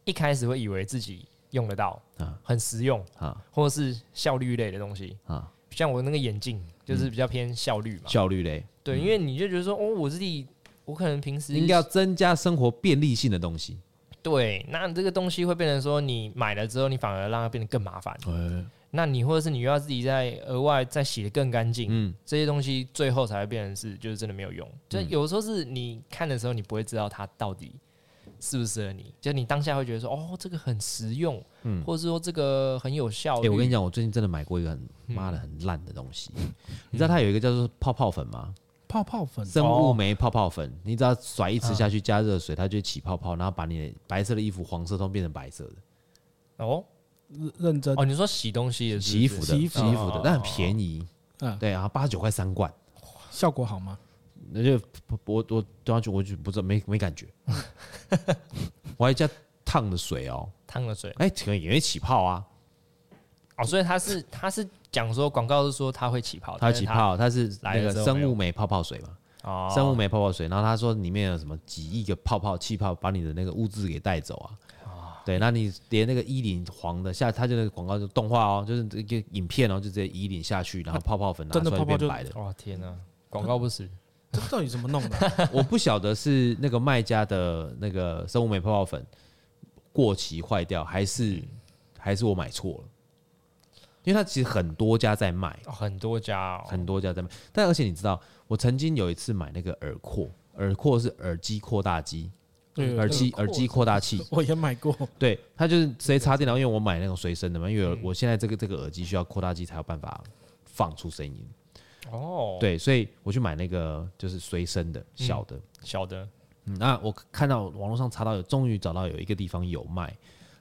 [SPEAKER 2] 一开始会以为自己用得到
[SPEAKER 1] 啊，
[SPEAKER 2] 很实用，
[SPEAKER 1] 啊
[SPEAKER 2] 或者是效率类的东西，
[SPEAKER 1] 啊，
[SPEAKER 2] 像我那个眼镜
[SPEAKER 1] 嗯
[SPEAKER 2] 就是比较偏效率嘛，
[SPEAKER 1] 效率嘞，
[SPEAKER 2] 对，因为你就觉得说，哦，我自己我可能平时
[SPEAKER 1] 嗯应该要增加生活便利性的东西。
[SPEAKER 2] 对，那这个东西会变成说，你买了之后，你反而让它变得更麻烦。
[SPEAKER 1] 哎
[SPEAKER 2] 那你或者是你又要自己再额外再洗得更干净，
[SPEAKER 1] 嗯，
[SPEAKER 2] 这些东西最后才会变成是就是真的没有用。就有时候是你看的时候，你不会知道它到底适不适合你，就你当下会觉得说，哦，这个很实用，或者是说这个很有效
[SPEAKER 1] 嗯哎、
[SPEAKER 2] 率。嗯
[SPEAKER 1] 我跟你讲，我最近真的买过一个很妈的很烂的东西。你知道它有一个叫做泡泡粉吗？
[SPEAKER 3] 泡泡粉，
[SPEAKER 1] 生物
[SPEAKER 2] 哦
[SPEAKER 1] 酶泡泡粉，你只要甩一次下去，加热水，它就会起泡泡，然后把你的白色的衣服黄色通变成白色的，
[SPEAKER 2] 哦
[SPEAKER 3] 认认真
[SPEAKER 2] 哦，你说洗东西也是
[SPEAKER 1] 洗衣服的，
[SPEAKER 3] 洗
[SPEAKER 2] 哦
[SPEAKER 1] 洗
[SPEAKER 3] 衣
[SPEAKER 1] 衣
[SPEAKER 3] 服
[SPEAKER 1] 服的，但很便宜。
[SPEAKER 3] 嗯
[SPEAKER 1] 对啊，八十九块三罐。
[SPEAKER 3] 效果好吗？
[SPEAKER 1] 那就我我我当时我就不知道没没感 觉，我还加烫的水哦，
[SPEAKER 2] 烫了水
[SPEAKER 1] 哎、可能也会起泡啊，
[SPEAKER 2] 哦，所以他是他是讲说广告是说它会起泡，
[SPEAKER 1] 它会
[SPEAKER 2] 但是
[SPEAKER 1] 起泡，它是
[SPEAKER 2] 来
[SPEAKER 1] 那个
[SPEAKER 2] 了之后没
[SPEAKER 1] 生
[SPEAKER 2] 有
[SPEAKER 1] 物酶泡泡水嘛，
[SPEAKER 2] 哦，
[SPEAKER 1] 生物酶泡泡水，然后他说里面有什么几亿个泡泡气泡，把你的那个污渍给带走啊。对，那你连那个衣领黄的下，它就那个广告就动画哦，就是一个影片哦，就直接衣领下去，然后泡泡粉拿
[SPEAKER 3] 真的
[SPEAKER 1] 出来
[SPEAKER 3] 泡泡
[SPEAKER 1] 变
[SPEAKER 3] 就
[SPEAKER 1] 白的。
[SPEAKER 2] 哦哇天哪、广告不
[SPEAKER 1] 嗯
[SPEAKER 2] 实，
[SPEAKER 3] 这到底怎么弄 的？
[SPEAKER 1] 我不晓得是那个卖家的那个生物酶泡泡粉过期坏掉，还是还是我买错了，因为它其实很多家在卖，
[SPEAKER 2] 哦很多家、哦，
[SPEAKER 1] 很多家在卖。但而且你知道，我曾经有一次买那个耳扩，耳扩是耳机扩大机，
[SPEAKER 3] 对
[SPEAKER 1] 嗯耳机
[SPEAKER 2] 扩
[SPEAKER 1] 耳机扩大器，
[SPEAKER 3] 我也买过，
[SPEAKER 1] 对，它就是直接插电脑，因为我买那种随身的嘛，因
[SPEAKER 2] 嗯
[SPEAKER 1] 为我现在这个这个耳机需要扩大机才有办法放出声音，
[SPEAKER 2] 哦，，嗯
[SPEAKER 1] 对，所以我去买那个就是随身的小的。
[SPEAKER 2] 小的
[SPEAKER 1] 嗯那我看到网络上查到有，终于找到有一个地方有卖，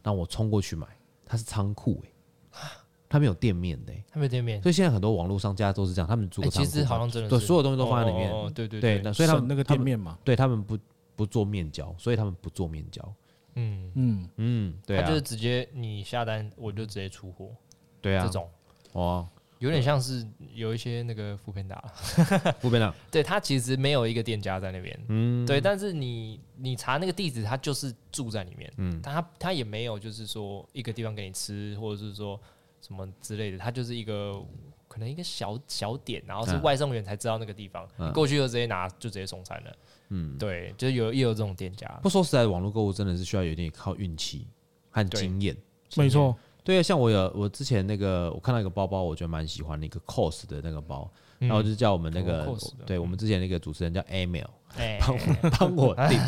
[SPEAKER 1] 那我冲过去买，它是仓库哎，
[SPEAKER 2] 啊
[SPEAKER 1] 它没有店面的、欸，
[SPEAKER 2] 他没有店面，
[SPEAKER 1] 所以现在很多网络商家都是这样，他们租
[SPEAKER 2] 哎
[SPEAKER 1] 个仓
[SPEAKER 2] 其
[SPEAKER 1] 库嘛，
[SPEAKER 2] 实好像真的
[SPEAKER 1] 对，
[SPEAKER 2] 是
[SPEAKER 1] 所有东西都放在里面，
[SPEAKER 2] 哦哦哦对对
[SPEAKER 1] 对，那所以他们
[SPEAKER 3] 省那个
[SPEAKER 1] 他
[SPEAKER 3] 店
[SPEAKER 1] 们
[SPEAKER 3] 面嘛，
[SPEAKER 1] 对他们不不做面交，所以他们不做面交，
[SPEAKER 2] 嗯，
[SPEAKER 3] 嗯，
[SPEAKER 1] 嗯，对
[SPEAKER 2] 他
[SPEAKER 1] 啊
[SPEAKER 2] 就是，直接你下单，我就直接出货，
[SPEAKER 1] 对啊
[SPEAKER 2] 这，种
[SPEAKER 1] 哦，
[SPEAKER 2] 有点像是有一些那个副片打，
[SPEAKER 1] 不边了，
[SPEAKER 2] 对他其实没有一个店家在那边，嗯，对，但是你你查那个地址，他就是住在里面，嗯，但他他也没有就是说一个地方给你吃，或者是说什么之类的，他就是一个可能一个小小点，然后是
[SPEAKER 1] 嗯
[SPEAKER 2] 外送员才知道那个地方，
[SPEAKER 1] 嗯
[SPEAKER 2] 你过去就直接拿就直接送餐了，嗯，对，就有也有这种店家，
[SPEAKER 1] 不说实在，网络购物真的是需要有一点靠运气和经验。
[SPEAKER 3] 没错，
[SPEAKER 1] 对啊，像我有我之前那个，我看到一个包包，我觉得蛮喜欢的一个 COS 的那个包，然后就叫我们那个，
[SPEAKER 2] 哦，COS 的
[SPEAKER 1] 对我们之前那个主持人叫 Emil
[SPEAKER 2] 哎，
[SPEAKER 1] 帮我帮我订，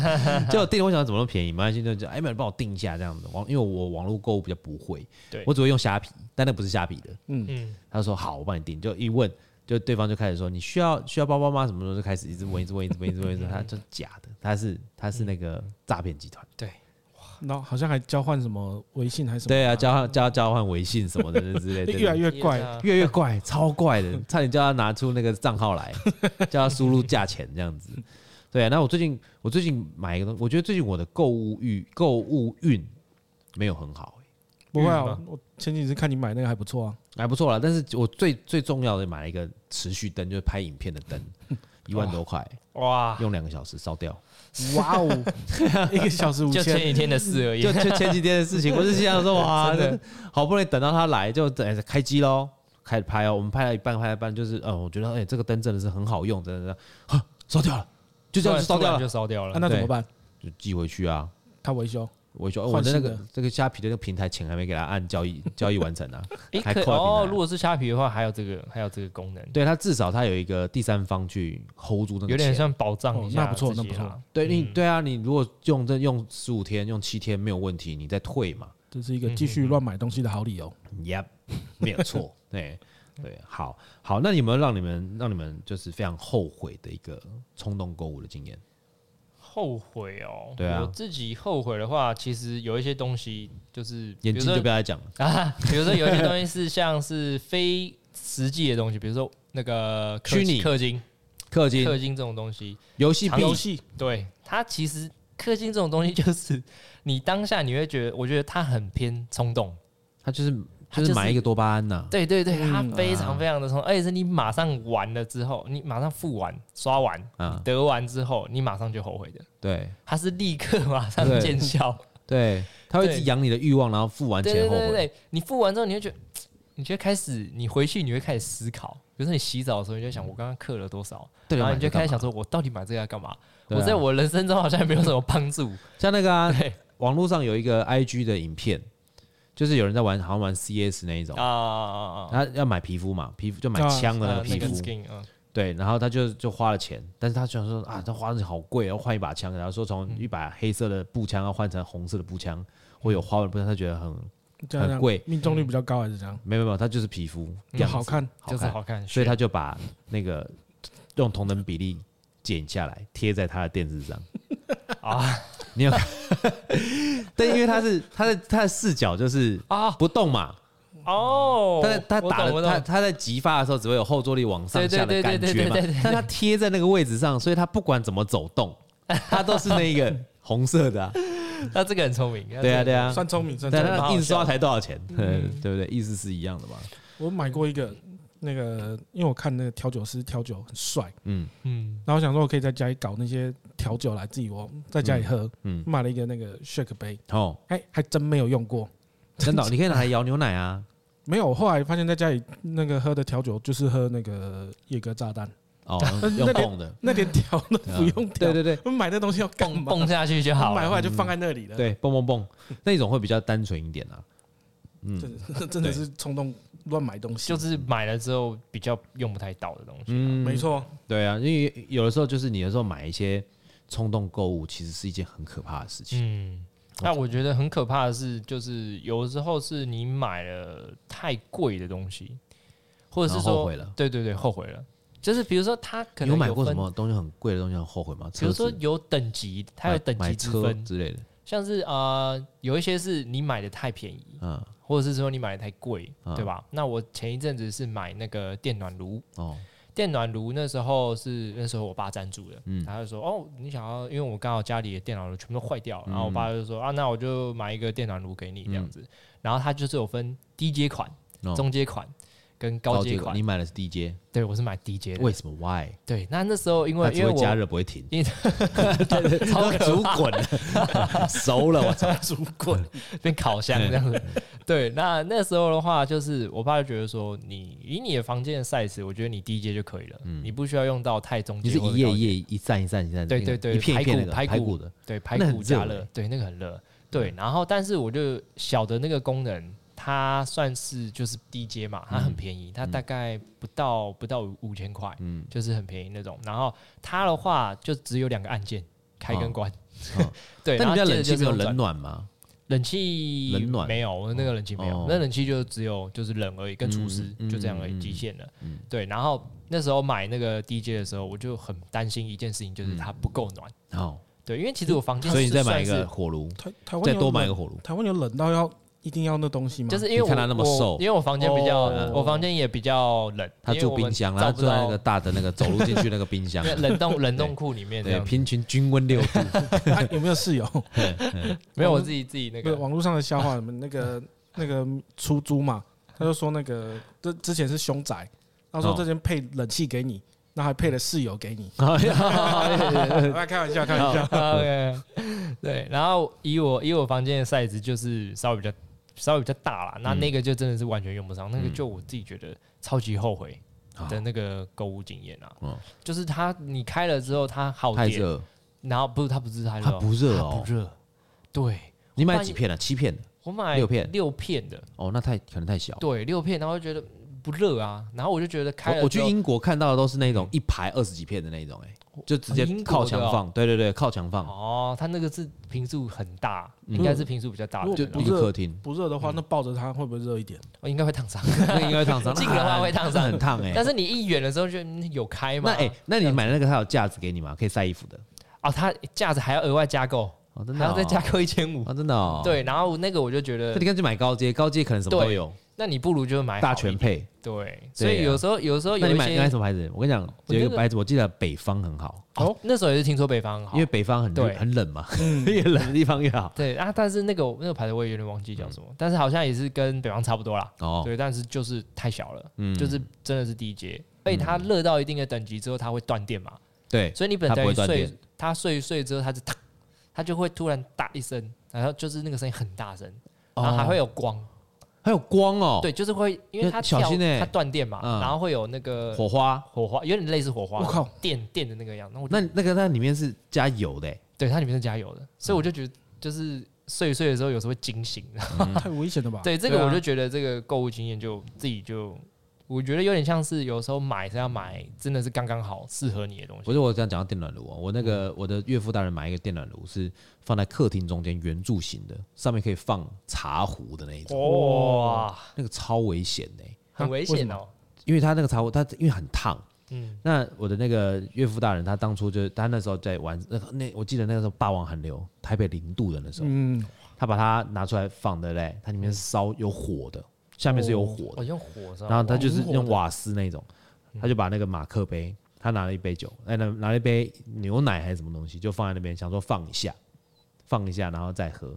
[SPEAKER 1] 结果订我想怎么那么便宜，没关系，就叫哎 Emil 帮我订一下这样子。网因为我网络购物比较不会，
[SPEAKER 2] 对
[SPEAKER 1] 我只会用虾皮，但那不是虾皮的。
[SPEAKER 2] 嗯，
[SPEAKER 1] 他说好，我帮你订，就一问。就对方就开始说你需要需要包包吗？什么时候就开始一直问一直问一直问一直问一直问，
[SPEAKER 3] 嗯
[SPEAKER 1] 他就假的，他是他是那个诈骗集团。
[SPEAKER 2] 对，
[SPEAKER 3] 然后好像还交换什么微信还是什么，
[SPEAKER 1] 对啊，交换交交换微信什么的之类的，
[SPEAKER 3] 嗯 越来越怪，
[SPEAKER 1] 越来越怪，超怪的，差点叫他拿出那个账号 来，叫他输入价钱这样子。对啊，那我最近我最近买一个东西，我觉得最近我的购物欲购物运没有很好、
[SPEAKER 3] 不会啊
[SPEAKER 2] 嗯，
[SPEAKER 3] 我前几次看你买那个还不错啊，
[SPEAKER 1] 还不错啦。但是我最最重要的买了一个持续灯，就是拍影片的 灯，一万多块，
[SPEAKER 2] 哇，
[SPEAKER 1] 用两个小时烧掉。
[SPEAKER 3] 哇哦，一个小时五
[SPEAKER 2] 就
[SPEAKER 3] 千
[SPEAKER 2] 前，几天的事而 已
[SPEAKER 1] 就， 就前几天的事情，我是心想 说，哇，
[SPEAKER 2] 真
[SPEAKER 1] 这
[SPEAKER 2] 的
[SPEAKER 1] 好不容易等到他来，就等开机喽，开始拍哦。我们拍了一半，拍了一半，就是嗯，我觉得哎、这个灯真的是很好用，真的真的，啊烧掉了，就这样就烧掉
[SPEAKER 2] 突然
[SPEAKER 1] 了，
[SPEAKER 2] 就烧掉
[SPEAKER 3] 啊
[SPEAKER 2] 了，
[SPEAKER 3] 那怎么办？
[SPEAKER 1] 就寄回去啊。
[SPEAKER 3] 他维修，
[SPEAKER 1] 我说、哦我
[SPEAKER 3] 换
[SPEAKER 1] 的
[SPEAKER 3] 新
[SPEAKER 1] 那
[SPEAKER 3] 的
[SPEAKER 1] 个这个虾皮的那个平台钱还没给他按交 易交易完成啊，
[SPEAKER 2] 诶
[SPEAKER 1] 还
[SPEAKER 2] 可
[SPEAKER 1] 扣在平台
[SPEAKER 2] 哦，
[SPEAKER 1] 啊
[SPEAKER 2] 如果是虾皮的话，还有这个还有这个功能，
[SPEAKER 1] 对他至少他有一个第三方去 hold 住那个
[SPEAKER 2] 有点
[SPEAKER 1] 钱
[SPEAKER 2] 像保障
[SPEAKER 3] 哦
[SPEAKER 2] 一下、
[SPEAKER 3] 那不错那不错。
[SPEAKER 1] 对你对啊，你如果用这用十五天用七天没有问题，你再退嘛。
[SPEAKER 3] 这是一
[SPEAKER 1] 嗯
[SPEAKER 3] 个继续乱买东西的好理由。
[SPEAKER 1] Yep，没有错。 对对，好好，那有没有让你们让你们就是非常后悔的一个冲动购物的经验？
[SPEAKER 2] 后悔哦，
[SPEAKER 1] 对啊
[SPEAKER 2] 我自己后悔的话，其实有一些东西就是，比
[SPEAKER 1] 眼
[SPEAKER 2] 如
[SPEAKER 1] 睛就
[SPEAKER 2] 说
[SPEAKER 1] 不要再讲了。
[SPEAKER 2] 啊，比如说有一些东西是像是非实际的东西，比如说那个氪
[SPEAKER 1] 虚拟
[SPEAKER 2] 氪金、
[SPEAKER 1] 氪金、
[SPEAKER 2] 氪金这种东西，
[SPEAKER 1] 游戏币
[SPEAKER 2] 游
[SPEAKER 3] 戏
[SPEAKER 2] 对它其实氪金这种东西就是你当下你会觉得，我觉得它很偏冲动，
[SPEAKER 1] 它就是
[SPEAKER 2] 它
[SPEAKER 1] 就
[SPEAKER 2] 就是
[SPEAKER 1] 是买一个多巴胺呐、
[SPEAKER 2] 对对对，它
[SPEAKER 3] 嗯
[SPEAKER 2] 非常非常的冲动，而且是你马上完了之后，你马上付完、刷完、
[SPEAKER 1] 啊
[SPEAKER 2] 你得完之后，你马上就后悔的，
[SPEAKER 1] 对
[SPEAKER 2] 它是立刻马
[SPEAKER 1] 对
[SPEAKER 2] 上见效。
[SPEAKER 1] 对，它会一直
[SPEAKER 2] 对
[SPEAKER 1] 养你的欲望，然后付完
[SPEAKER 2] 对
[SPEAKER 1] 钱
[SPEAKER 2] 对
[SPEAKER 1] 后
[SPEAKER 2] 对
[SPEAKER 1] 悔。
[SPEAKER 2] 对，你付完之后，你会觉得，嗯你就会开始，你回去你会开始思考，比如说你洗澡的时候，你就想我刚刚刻了多少，
[SPEAKER 1] 对
[SPEAKER 2] 然后你就
[SPEAKER 1] 买
[SPEAKER 2] 开始，
[SPEAKER 1] 这干嘛
[SPEAKER 2] 想说，我到底买这个要干嘛？
[SPEAKER 1] 对啊
[SPEAKER 2] 我在我人生中好像没有什么帮助。
[SPEAKER 1] 像那个啊，
[SPEAKER 2] 对
[SPEAKER 1] 网络上有一个 IG 的影片，就是有人在玩，好像玩 CS 那一种，
[SPEAKER 2] 啊，
[SPEAKER 1] 他要买皮肤嘛，皮肤就买
[SPEAKER 3] 啊
[SPEAKER 1] 枪的那
[SPEAKER 2] 呃
[SPEAKER 1] 个皮肤，
[SPEAKER 2] skin 啊，
[SPEAKER 1] 对，然后他就就花了钱，但是他想说啊，他花的好贵，要换一把枪，然后说从
[SPEAKER 2] 嗯
[SPEAKER 1] 一把黑色的步枪要换成红色的步枪，会
[SPEAKER 2] 嗯
[SPEAKER 1] 有花纹步枪，他觉得很
[SPEAKER 3] 这样
[SPEAKER 1] 很贵
[SPEAKER 3] 命中率比较高还是这样？
[SPEAKER 1] 没有没有，他就是皮肤
[SPEAKER 2] 嗯
[SPEAKER 1] 这样
[SPEAKER 3] 好
[SPEAKER 1] 子
[SPEAKER 3] 看，
[SPEAKER 1] 好
[SPEAKER 2] 就是
[SPEAKER 1] 看，
[SPEAKER 2] 好看，
[SPEAKER 1] 所以他就把那个用同等比例剪下来贴在他的电视上
[SPEAKER 2] 啊，
[SPEAKER 1] 你 有？但因为他是他的他的视角就是
[SPEAKER 2] 啊
[SPEAKER 1] 不动嘛，
[SPEAKER 2] 哦，
[SPEAKER 1] 但是它
[SPEAKER 2] 我
[SPEAKER 1] 打
[SPEAKER 2] 懂我
[SPEAKER 1] 了它
[SPEAKER 2] 懂，
[SPEAKER 1] 它在急发的时候只会有后坐力往上下的
[SPEAKER 2] 对对
[SPEAKER 1] 感
[SPEAKER 2] 对
[SPEAKER 1] 觉嘛
[SPEAKER 2] 对对对对对，
[SPEAKER 1] 但它贴在那个位置上，所以它不管怎么走动，它都是那个红色 的啊、
[SPEAKER 2] 那这个很聪明，那这个
[SPEAKER 1] 对啊对啊，
[SPEAKER 3] 算聪明，算
[SPEAKER 1] 对
[SPEAKER 3] 聪
[SPEAKER 1] 啊，
[SPEAKER 3] 明。
[SPEAKER 1] 那
[SPEAKER 2] 好
[SPEAKER 1] 印刷
[SPEAKER 2] 笑嗯
[SPEAKER 1] 才多少钱？对不对？意思是一样的吧？
[SPEAKER 3] 我买过一个那个，因为我看那个调酒师调酒很帅，
[SPEAKER 1] 嗯
[SPEAKER 2] 嗯，
[SPEAKER 3] 然后我想说我可以在家里搞那些调酒来自己我在家里喝，
[SPEAKER 1] 嗯，
[SPEAKER 3] 买了一个那个 shake 杯，
[SPEAKER 1] 哦，
[SPEAKER 3] 哎、还真没有用过。
[SPEAKER 1] 真的哦，你可以拿来摇牛奶啊。
[SPEAKER 3] 没有，我后来发现在家里那个喝的调酒就是喝那个野格炸弹，
[SPEAKER 1] 哦，
[SPEAKER 3] 那
[SPEAKER 1] 用
[SPEAKER 3] 那
[SPEAKER 1] 动的，
[SPEAKER 3] 那连调都不用调。
[SPEAKER 1] 嗯对对
[SPEAKER 2] 啊
[SPEAKER 1] 对
[SPEAKER 3] 我买那东西要干
[SPEAKER 2] 蹦
[SPEAKER 3] 嘛？
[SPEAKER 2] 蹦下去就好
[SPEAKER 3] 买
[SPEAKER 2] 了。
[SPEAKER 3] 回来就放在那里了。
[SPEAKER 1] 对，蹦蹦蹦，那种会比较单纯一点啊。嗯
[SPEAKER 3] 真的， 真的是冲动乱买东西。
[SPEAKER 2] 就是买了之后比较用不太到的东西。
[SPEAKER 1] 嗯
[SPEAKER 3] 没错，
[SPEAKER 1] 对啊，因为有的时候就是你有时候买一些冲动购物，其实是一件很可怕的事情。
[SPEAKER 2] 嗯，那我觉得很可怕的是，就是有时候是你买了太贵的东西，或者是
[SPEAKER 1] 然后
[SPEAKER 2] 说
[SPEAKER 1] 后悔了
[SPEAKER 2] 对对对，后悔了。就是比如说，它可
[SPEAKER 1] 你有
[SPEAKER 2] 能
[SPEAKER 1] 买过什
[SPEAKER 2] 分，
[SPEAKER 1] 么东西很贵的东西很后悔吗？
[SPEAKER 2] 比如
[SPEAKER 1] 车
[SPEAKER 2] 说
[SPEAKER 1] 子
[SPEAKER 2] 有等级，它有
[SPEAKER 1] 买
[SPEAKER 2] 等
[SPEAKER 1] 买
[SPEAKER 2] 级之
[SPEAKER 1] 车
[SPEAKER 2] 分，
[SPEAKER 1] 之类的，
[SPEAKER 2] 像是呃，有一些是你买的太便宜，
[SPEAKER 1] 嗯，
[SPEAKER 2] 或者是说你买的太贵，
[SPEAKER 1] 啊
[SPEAKER 2] 对吧？那我前一阵子是买那个电暖炉，
[SPEAKER 1] 哦，
[SPEAKER 2] 电暖炉那时候是那时候我爸赞助的，
[SPEAKER 1] 嗯
[SPEAKER 2] 然后就说哦，你想要，因为我刚好家里的电暖炉全部都坏
[SPEAKER 1] 嗯
[SPEAKER 2] 掉了，然后我爸就说啊，那我就买一个电暖炉给你这样子，然后它就是有分低阶款、
[SPEAKER 1] 哦
[SPEAKER 2] 中阶款跟高阶款
[SPEAKER 1] 你，买的是 DJ，
[SPEAKER 2] 对我是买低阶的，
[SPEAKER 1] 为什么？Why？
[SPEAKER 2] 对，那那时候因
[SPEAKER 1] 它
[SPEAKER 2] 为
[SPEAKER 1] 只
[SPEAKER 2] 因为
[SPEAKER 1] 会加
[SPEAKER 2] 我
[SPEAKER 1] 热不会停，
[SPEAKER 2] 因 超可
[SPEAKER 1] 主滚啊 了，熟了，我操，
[SPEAKER 2] 主棍变烤箱
[SPEAKER 1] 嗯
[SPEAKER 2] 这样子。对，那那时候的话，就是我爸就觉得说，你以你的房间的 size，我觉得你低阶就可以了，你不需要用到太中
[SPEAKER 1] 嗯你
[SPEAKER 2] 阶
[SPEAKER 1] 是
[SPEAKER 2] 或者
[SPEAKER 1] 一
[SPEAKER 2] 高阶。
[SPEAKER 1] 页一页一站一站一站，
[SPEAKER 2] 对对对
[SPEAKER 1] 一片一片的
[SPEAKER 2] 排骨
[SPEAKER 1] 排骨的，
[SPEAKER 2] 对，排
[SPEAKER 1] 那很
[SPEAKER 2] 骨
[SPEAKER 1] 热
[SPEAKER 2] 加
[SPEAKER 1] 欸
[SPEAKER 2] 热，对，那个很热，对。然后，但是我就小的那个功能，它算是就是低阶嘛，它很便宜，它大概不到不到五千块，
[SPEAKER 1] 嗯
[SPEAKER 2] 就是很便宜那种。然后它的话就只有两个按键，开
[SPEAKER 1] 哦
[SPEAKER 2] 跟关
[SPEAKER 1] 哦。
[SPEAKER 2] 对，
[SPEAKER 1] 但
[SPEAKER 2] 然
[SPEAKER 1] 你家
[SPEAKER 2] 后接
[SPEAKER 1] 冷
[SPEAKER 2] 着
[SPEAKER 1] 气
[SPEAKER 2] 就是
[SPEAKER 1] 没有
[SPEAKER 2] 用转
[SPEAKER 1] 冷暖吗？
[SPEAKER 2] 冷气
[SPEAKER 1] 冷暖
[SPEAKER 2] 没有，我那个冷气没有，
[SPEAKER 1] 哦
[SPEAKER 2] 那冷气就只有就是冷而已，跟除湿、
[SPEAKER 1] 嗯
[SPEAKER 2] 就这样而
[SPEAKER 1] 嗯
[SPEAKER 2] 已，
[SPEAKER 1] 嗯
[SPEAKER 2] 极限了。
[SPEAKER 1] 嗯
[SPEAKER 2] 对，然后那时候买那个 DJ 的时候，我就很担心一件事情，就是它不够暖。
[SPEAKER 1] 哦，
[SPEAKER 2] 对，因为其实我房
[SPEAKER 1] 嗯
[SPEAKER 2] 间
[SPEAKER 1] 所以你再买
[SPEAKER 2] 算
[SPEAKER 1] 一
[SPEAKER 2] 是
[SPEAKER 1] 个火炉，
[SPEAKER 3] 台台湾
[SPEAKER 1] 再
[SPEAKER 3] 有
[SPEAKER 1] 多买一个
[SPEAKER 3] 冷
[SPEAKER 1] 火炉，
[SPEAKER 3] 台湾有冷到要一定要那东西吗？
[SPEAKER 2] 就是因为
[SPEAKER 1] 你
[SPEAKER 2] 我
[SPEAKER 1] 看他那么
[SPEAKER 2] 我
[SPEAKER 1] 瘦
[SPEAKER 2] 因为我房间比较，
[SPEAKER 3] 哦
[SPEAKER 2] 我房间也比较冷，
[SPEAKER 1] 他
[SPEAKER 2] 因为
[SPEAKER 1] 住
[SPEAKER 2] 我们
[SPEAKER 1] 冰箱，然
[SPEAKER 2] 找
[SPEAKER 1] 后
[SPEAKER 2] 不
[SPEAKER 1] 住在那 个
[SPEAKER 2] 到
[SPEAKER 1] 大的那个走路进去那个冰箱 啊
[SPEAKER 2] 因，为冷冻冷冻库里面这
[SPEAKER 1] 对，
[SPEAKER 2] 样子，
[SPEAKER 1] 平均均温六度，
[SPEAKER 3] 啊有没有室友？
[SPEAKER 1] 哦
[SPEAKER 2] 没有我自己自己那
[SPEAKER 3] 不是
[SPEAKER 2] 个
[SPEAKER 3] 网络上的笑话，你们那个 那个出租嘛，他就说那个这之前是凶宅，他说
[SPEAKER 1] 哦
[SPEAKER 3] 这间配冷气给你，那还配了室友 给你，
[SPEAKER 1] 哎
[SPEAKER 3] 啊 开玩笑 开玩笑，
[SPEAKER 2] OK，对，然后以我以我房间的 size 就是稍微比较稍微比较大啦，
[SPEAKER 1] 嗯
[SPEAKER 2] 那那个就真的是完全用不上，那个就我自己觉得超级后悔的那个购物经验啊，
[SPEAKER 1] 啊哦
[SPEAKER 2] 就是它你开了之后它 好
[SPEAKER 1] 太
[SPEAKER 2] 点，
[SPEAKER 1] 热，
[SPEAKER 2] 然后不是它不是太热
[SPEAKER 1] 它
[SPEAKER 2] 哦，
[SPEAKER 1] 不热
[SPEAKER 2] 它
[SPEAKER 1] 哦
[SPEAKER 2] 不。热，对
[SPEAKER 1] 你买几片啊？七片的
[SPEAKER 2] 我买
[SPEAKER 1] 六片
[SPEAKER 2] 六片的，
[SPEAKER 1] 哦，那太可能太小。
[SPEAKER 2] 对六片，然后就觉得不热啊，然后我就觉得开了
[SPEAKER 1] 我我去
[SPEAKER 2] 之后
[SPEAKER 1] 英国看到的都是那种一排二十几片的那种，哎，就直接
[SPEAKER 2] 英
[SPEAKER 1] 靠
[SPEAKER 2] 国的哦
[SPEAKER 1] 墙放。对对对，靠墙放，
[SPEAKER 2] 哦，它那个是平数很大，应该是
[SPEAKER 1] 嗯
[SPEAKER 2] 平数比较大的
[SPEAKER 3] 如
[SPEAKER 2] 那
[SPEAKER 3] 果
[SPEAKER 1] 就
[SPEAKER 2] 种，
[SPEAKER 3] 不
[SPEAKER 1] 一
[SPEAKER 3] 热，
[SPEAKER 1] 个客厅
[SPEAKER 3] 不热的话，那抱着它会不会热一点？
[SPEAKER 2] 我应该会烫伤。
[SPEAKER 1] 那应该会烫伤。
[SPEAKER 2] 进的话会烫伤
[SPEAKER 1] 那很烫哎。
[SPEAKER 2] 但是你一远的时候就嗯有开嘛？
[SPEAKER 1] 那哎，那你买那个它有架子给你吗？可以晒衣服的。
[SPEAKER 2] 哦，它架子还要额外加购，
[SPEAKER 1] 哦，真
[SPEAKER 2] 还
[SPEAKER 1] 的哦。
[SPEAKER 2] 要再加购一千五。
[SPEAKER 1] 啊，真的哦。，
[SPEAKER 2] 对，然后那个我就觉
[SPEAKER 1] 那
[SPEAKER 2] 得
[SPEAKER 1] 你，干脆买高阶，高阶可能什么都
[SPEAKER 2] 对
[SPEAKER 1] 有，
[SPEAKER 2] 那你不如就买好
[SPEAKER 1] 大
[SPEAKER 2] 一
[SPEAKER 1] 全
[SPEAKER 2] 点。
[SPEAKER 1] 配。
[SPEAKER 2] 对，所以
[SPEAKER 1] 对啊
[SPEAKER 2] 有时候有时候
[SPEAKER 1] 那
[SPEAKER 2] 有
[SPEAKER 1] 你
[SPEAKER 2] 一
[SPEAKER 1] 买买
[SPEAKER 2] 些
[SPEAKER 1] 什么牌子？我跟你讲，有一
[SPEAKER 2] 那
[SPEAKER 1] 个
[SPEAKER 2] 个
[SPEAKER 1] 牌子，我记得北方很好，
[SPEAKER 2] 哦，那时候也是听说北方好，
[SPEAKER 1] 因为北方很
[SPEAKER 2] 对嗯
[SPEAKER 1] 很冷嘛， 越冷的地方越好。
[SPEAKER 2] 对啊，但是那个那个牌子我也有点忘记
[SPEAKER 1] 嗯
[SPEAKER 2] 叫什么，但是好像也是跟北方差不多啦。
[SPEAKER 1] 哦，
[SPEAKER 2] 对，但是就是太小了，
[SPEAKER 1] 嗯
[SPEAKER 2] 就是真的是低阶，而且它热到一定的等级之后，它会断电嘛，
[SPEAKER 1] 对，
[SPEAKER 2] 所以你本
[SPEAKER 1] 它不
[SPEAKER 2] 来
[SPEAKER 1] 会断
[SPEAKER 2] 睡
[SPEAKER 1] 电，
[SPEAKER 2] 它睡一睡之后，它就哒，它就会突然哒一声，然后就是那个声音很大声，然后还会有光，
[SPEAKER 1] 还有光哦，
[SPEAKER 2] 对，就是会因为
[SPEAKER 1] 要
[SPEAKER 2] 它
[SPEAKER 1] 小
[SPEAKER 2] 跳
[SPEAKER 1] 心欸
[SPEAKER 2] 它断电嘛，
[SPEAKER 1] 嗯
[SPEAKER 2] 然后会有那个
[SPEAKER 1] 火花。
[SPEAKER 2] 火花，有点类似火花，
[SPEAKER 3] 我靠，
[SPEAKER 2] 电电的那个样子。那我
[SPEAKER 1] 那那个那里面是加油的欸，
[SPEAKER 2] 对它里面是加油的，所以我就觉得就是睡一睡的时候有时候会惊醒，
[SPEAKER 3] 太危险了吧？
[SPEAKER 2] 对这
[SPEAKER 1] 嗯对
[SPEAKER 2] 个
[SPEAKER 1] 啊
[SPEAKER 2] 我就觉得这个购物经验就自己就。我觉得有点像是有时候买是要买，真的是刚刚好适合你的东西
[SPEAKER 1] 不。是我这样讲到电暖炉哦，我那个我的岳父大人买一个电暖炉是放在客厅中间圆柱形的，上面可以放茶壶的那一
[SPEAKER 2] 哦
[SPEAKER 1] 种，
[SPEAKER 2] 哇，
[SPEAKER 1] 那个超危险的欸，
[SPEAKER 2] 很危险哦。
[SPEAKER 1] 因为它那个茶壶它因为很烫。
[SPEAKER 2] 嗯，
[SPEAKER 1] 那我的那个岳父大人，他当初就是他那时候在玩那个那，我记得那个时候霸王寒流，台北零度的那时候，
[SPEAKER 3] 嗯，
[SPEAKER 1] 他把它拿出来放，对不对？它里面是烧有火的，下面是有火的，
[SPEAKER 2] 我哦用火是吧？
[SPEAKER 1] 然后他就是
[SPEAKER 3] 红火
[SPEAKER 1] 用
[SPEAKER 3] 的
[SPEAKER 1] 瓦斯那种，他就把那个马克杯，他拿了一杯酒，哎，拿拿了一杯牛奶还是什么东西，就放在那边，想说放一下，放一下，然后再喝。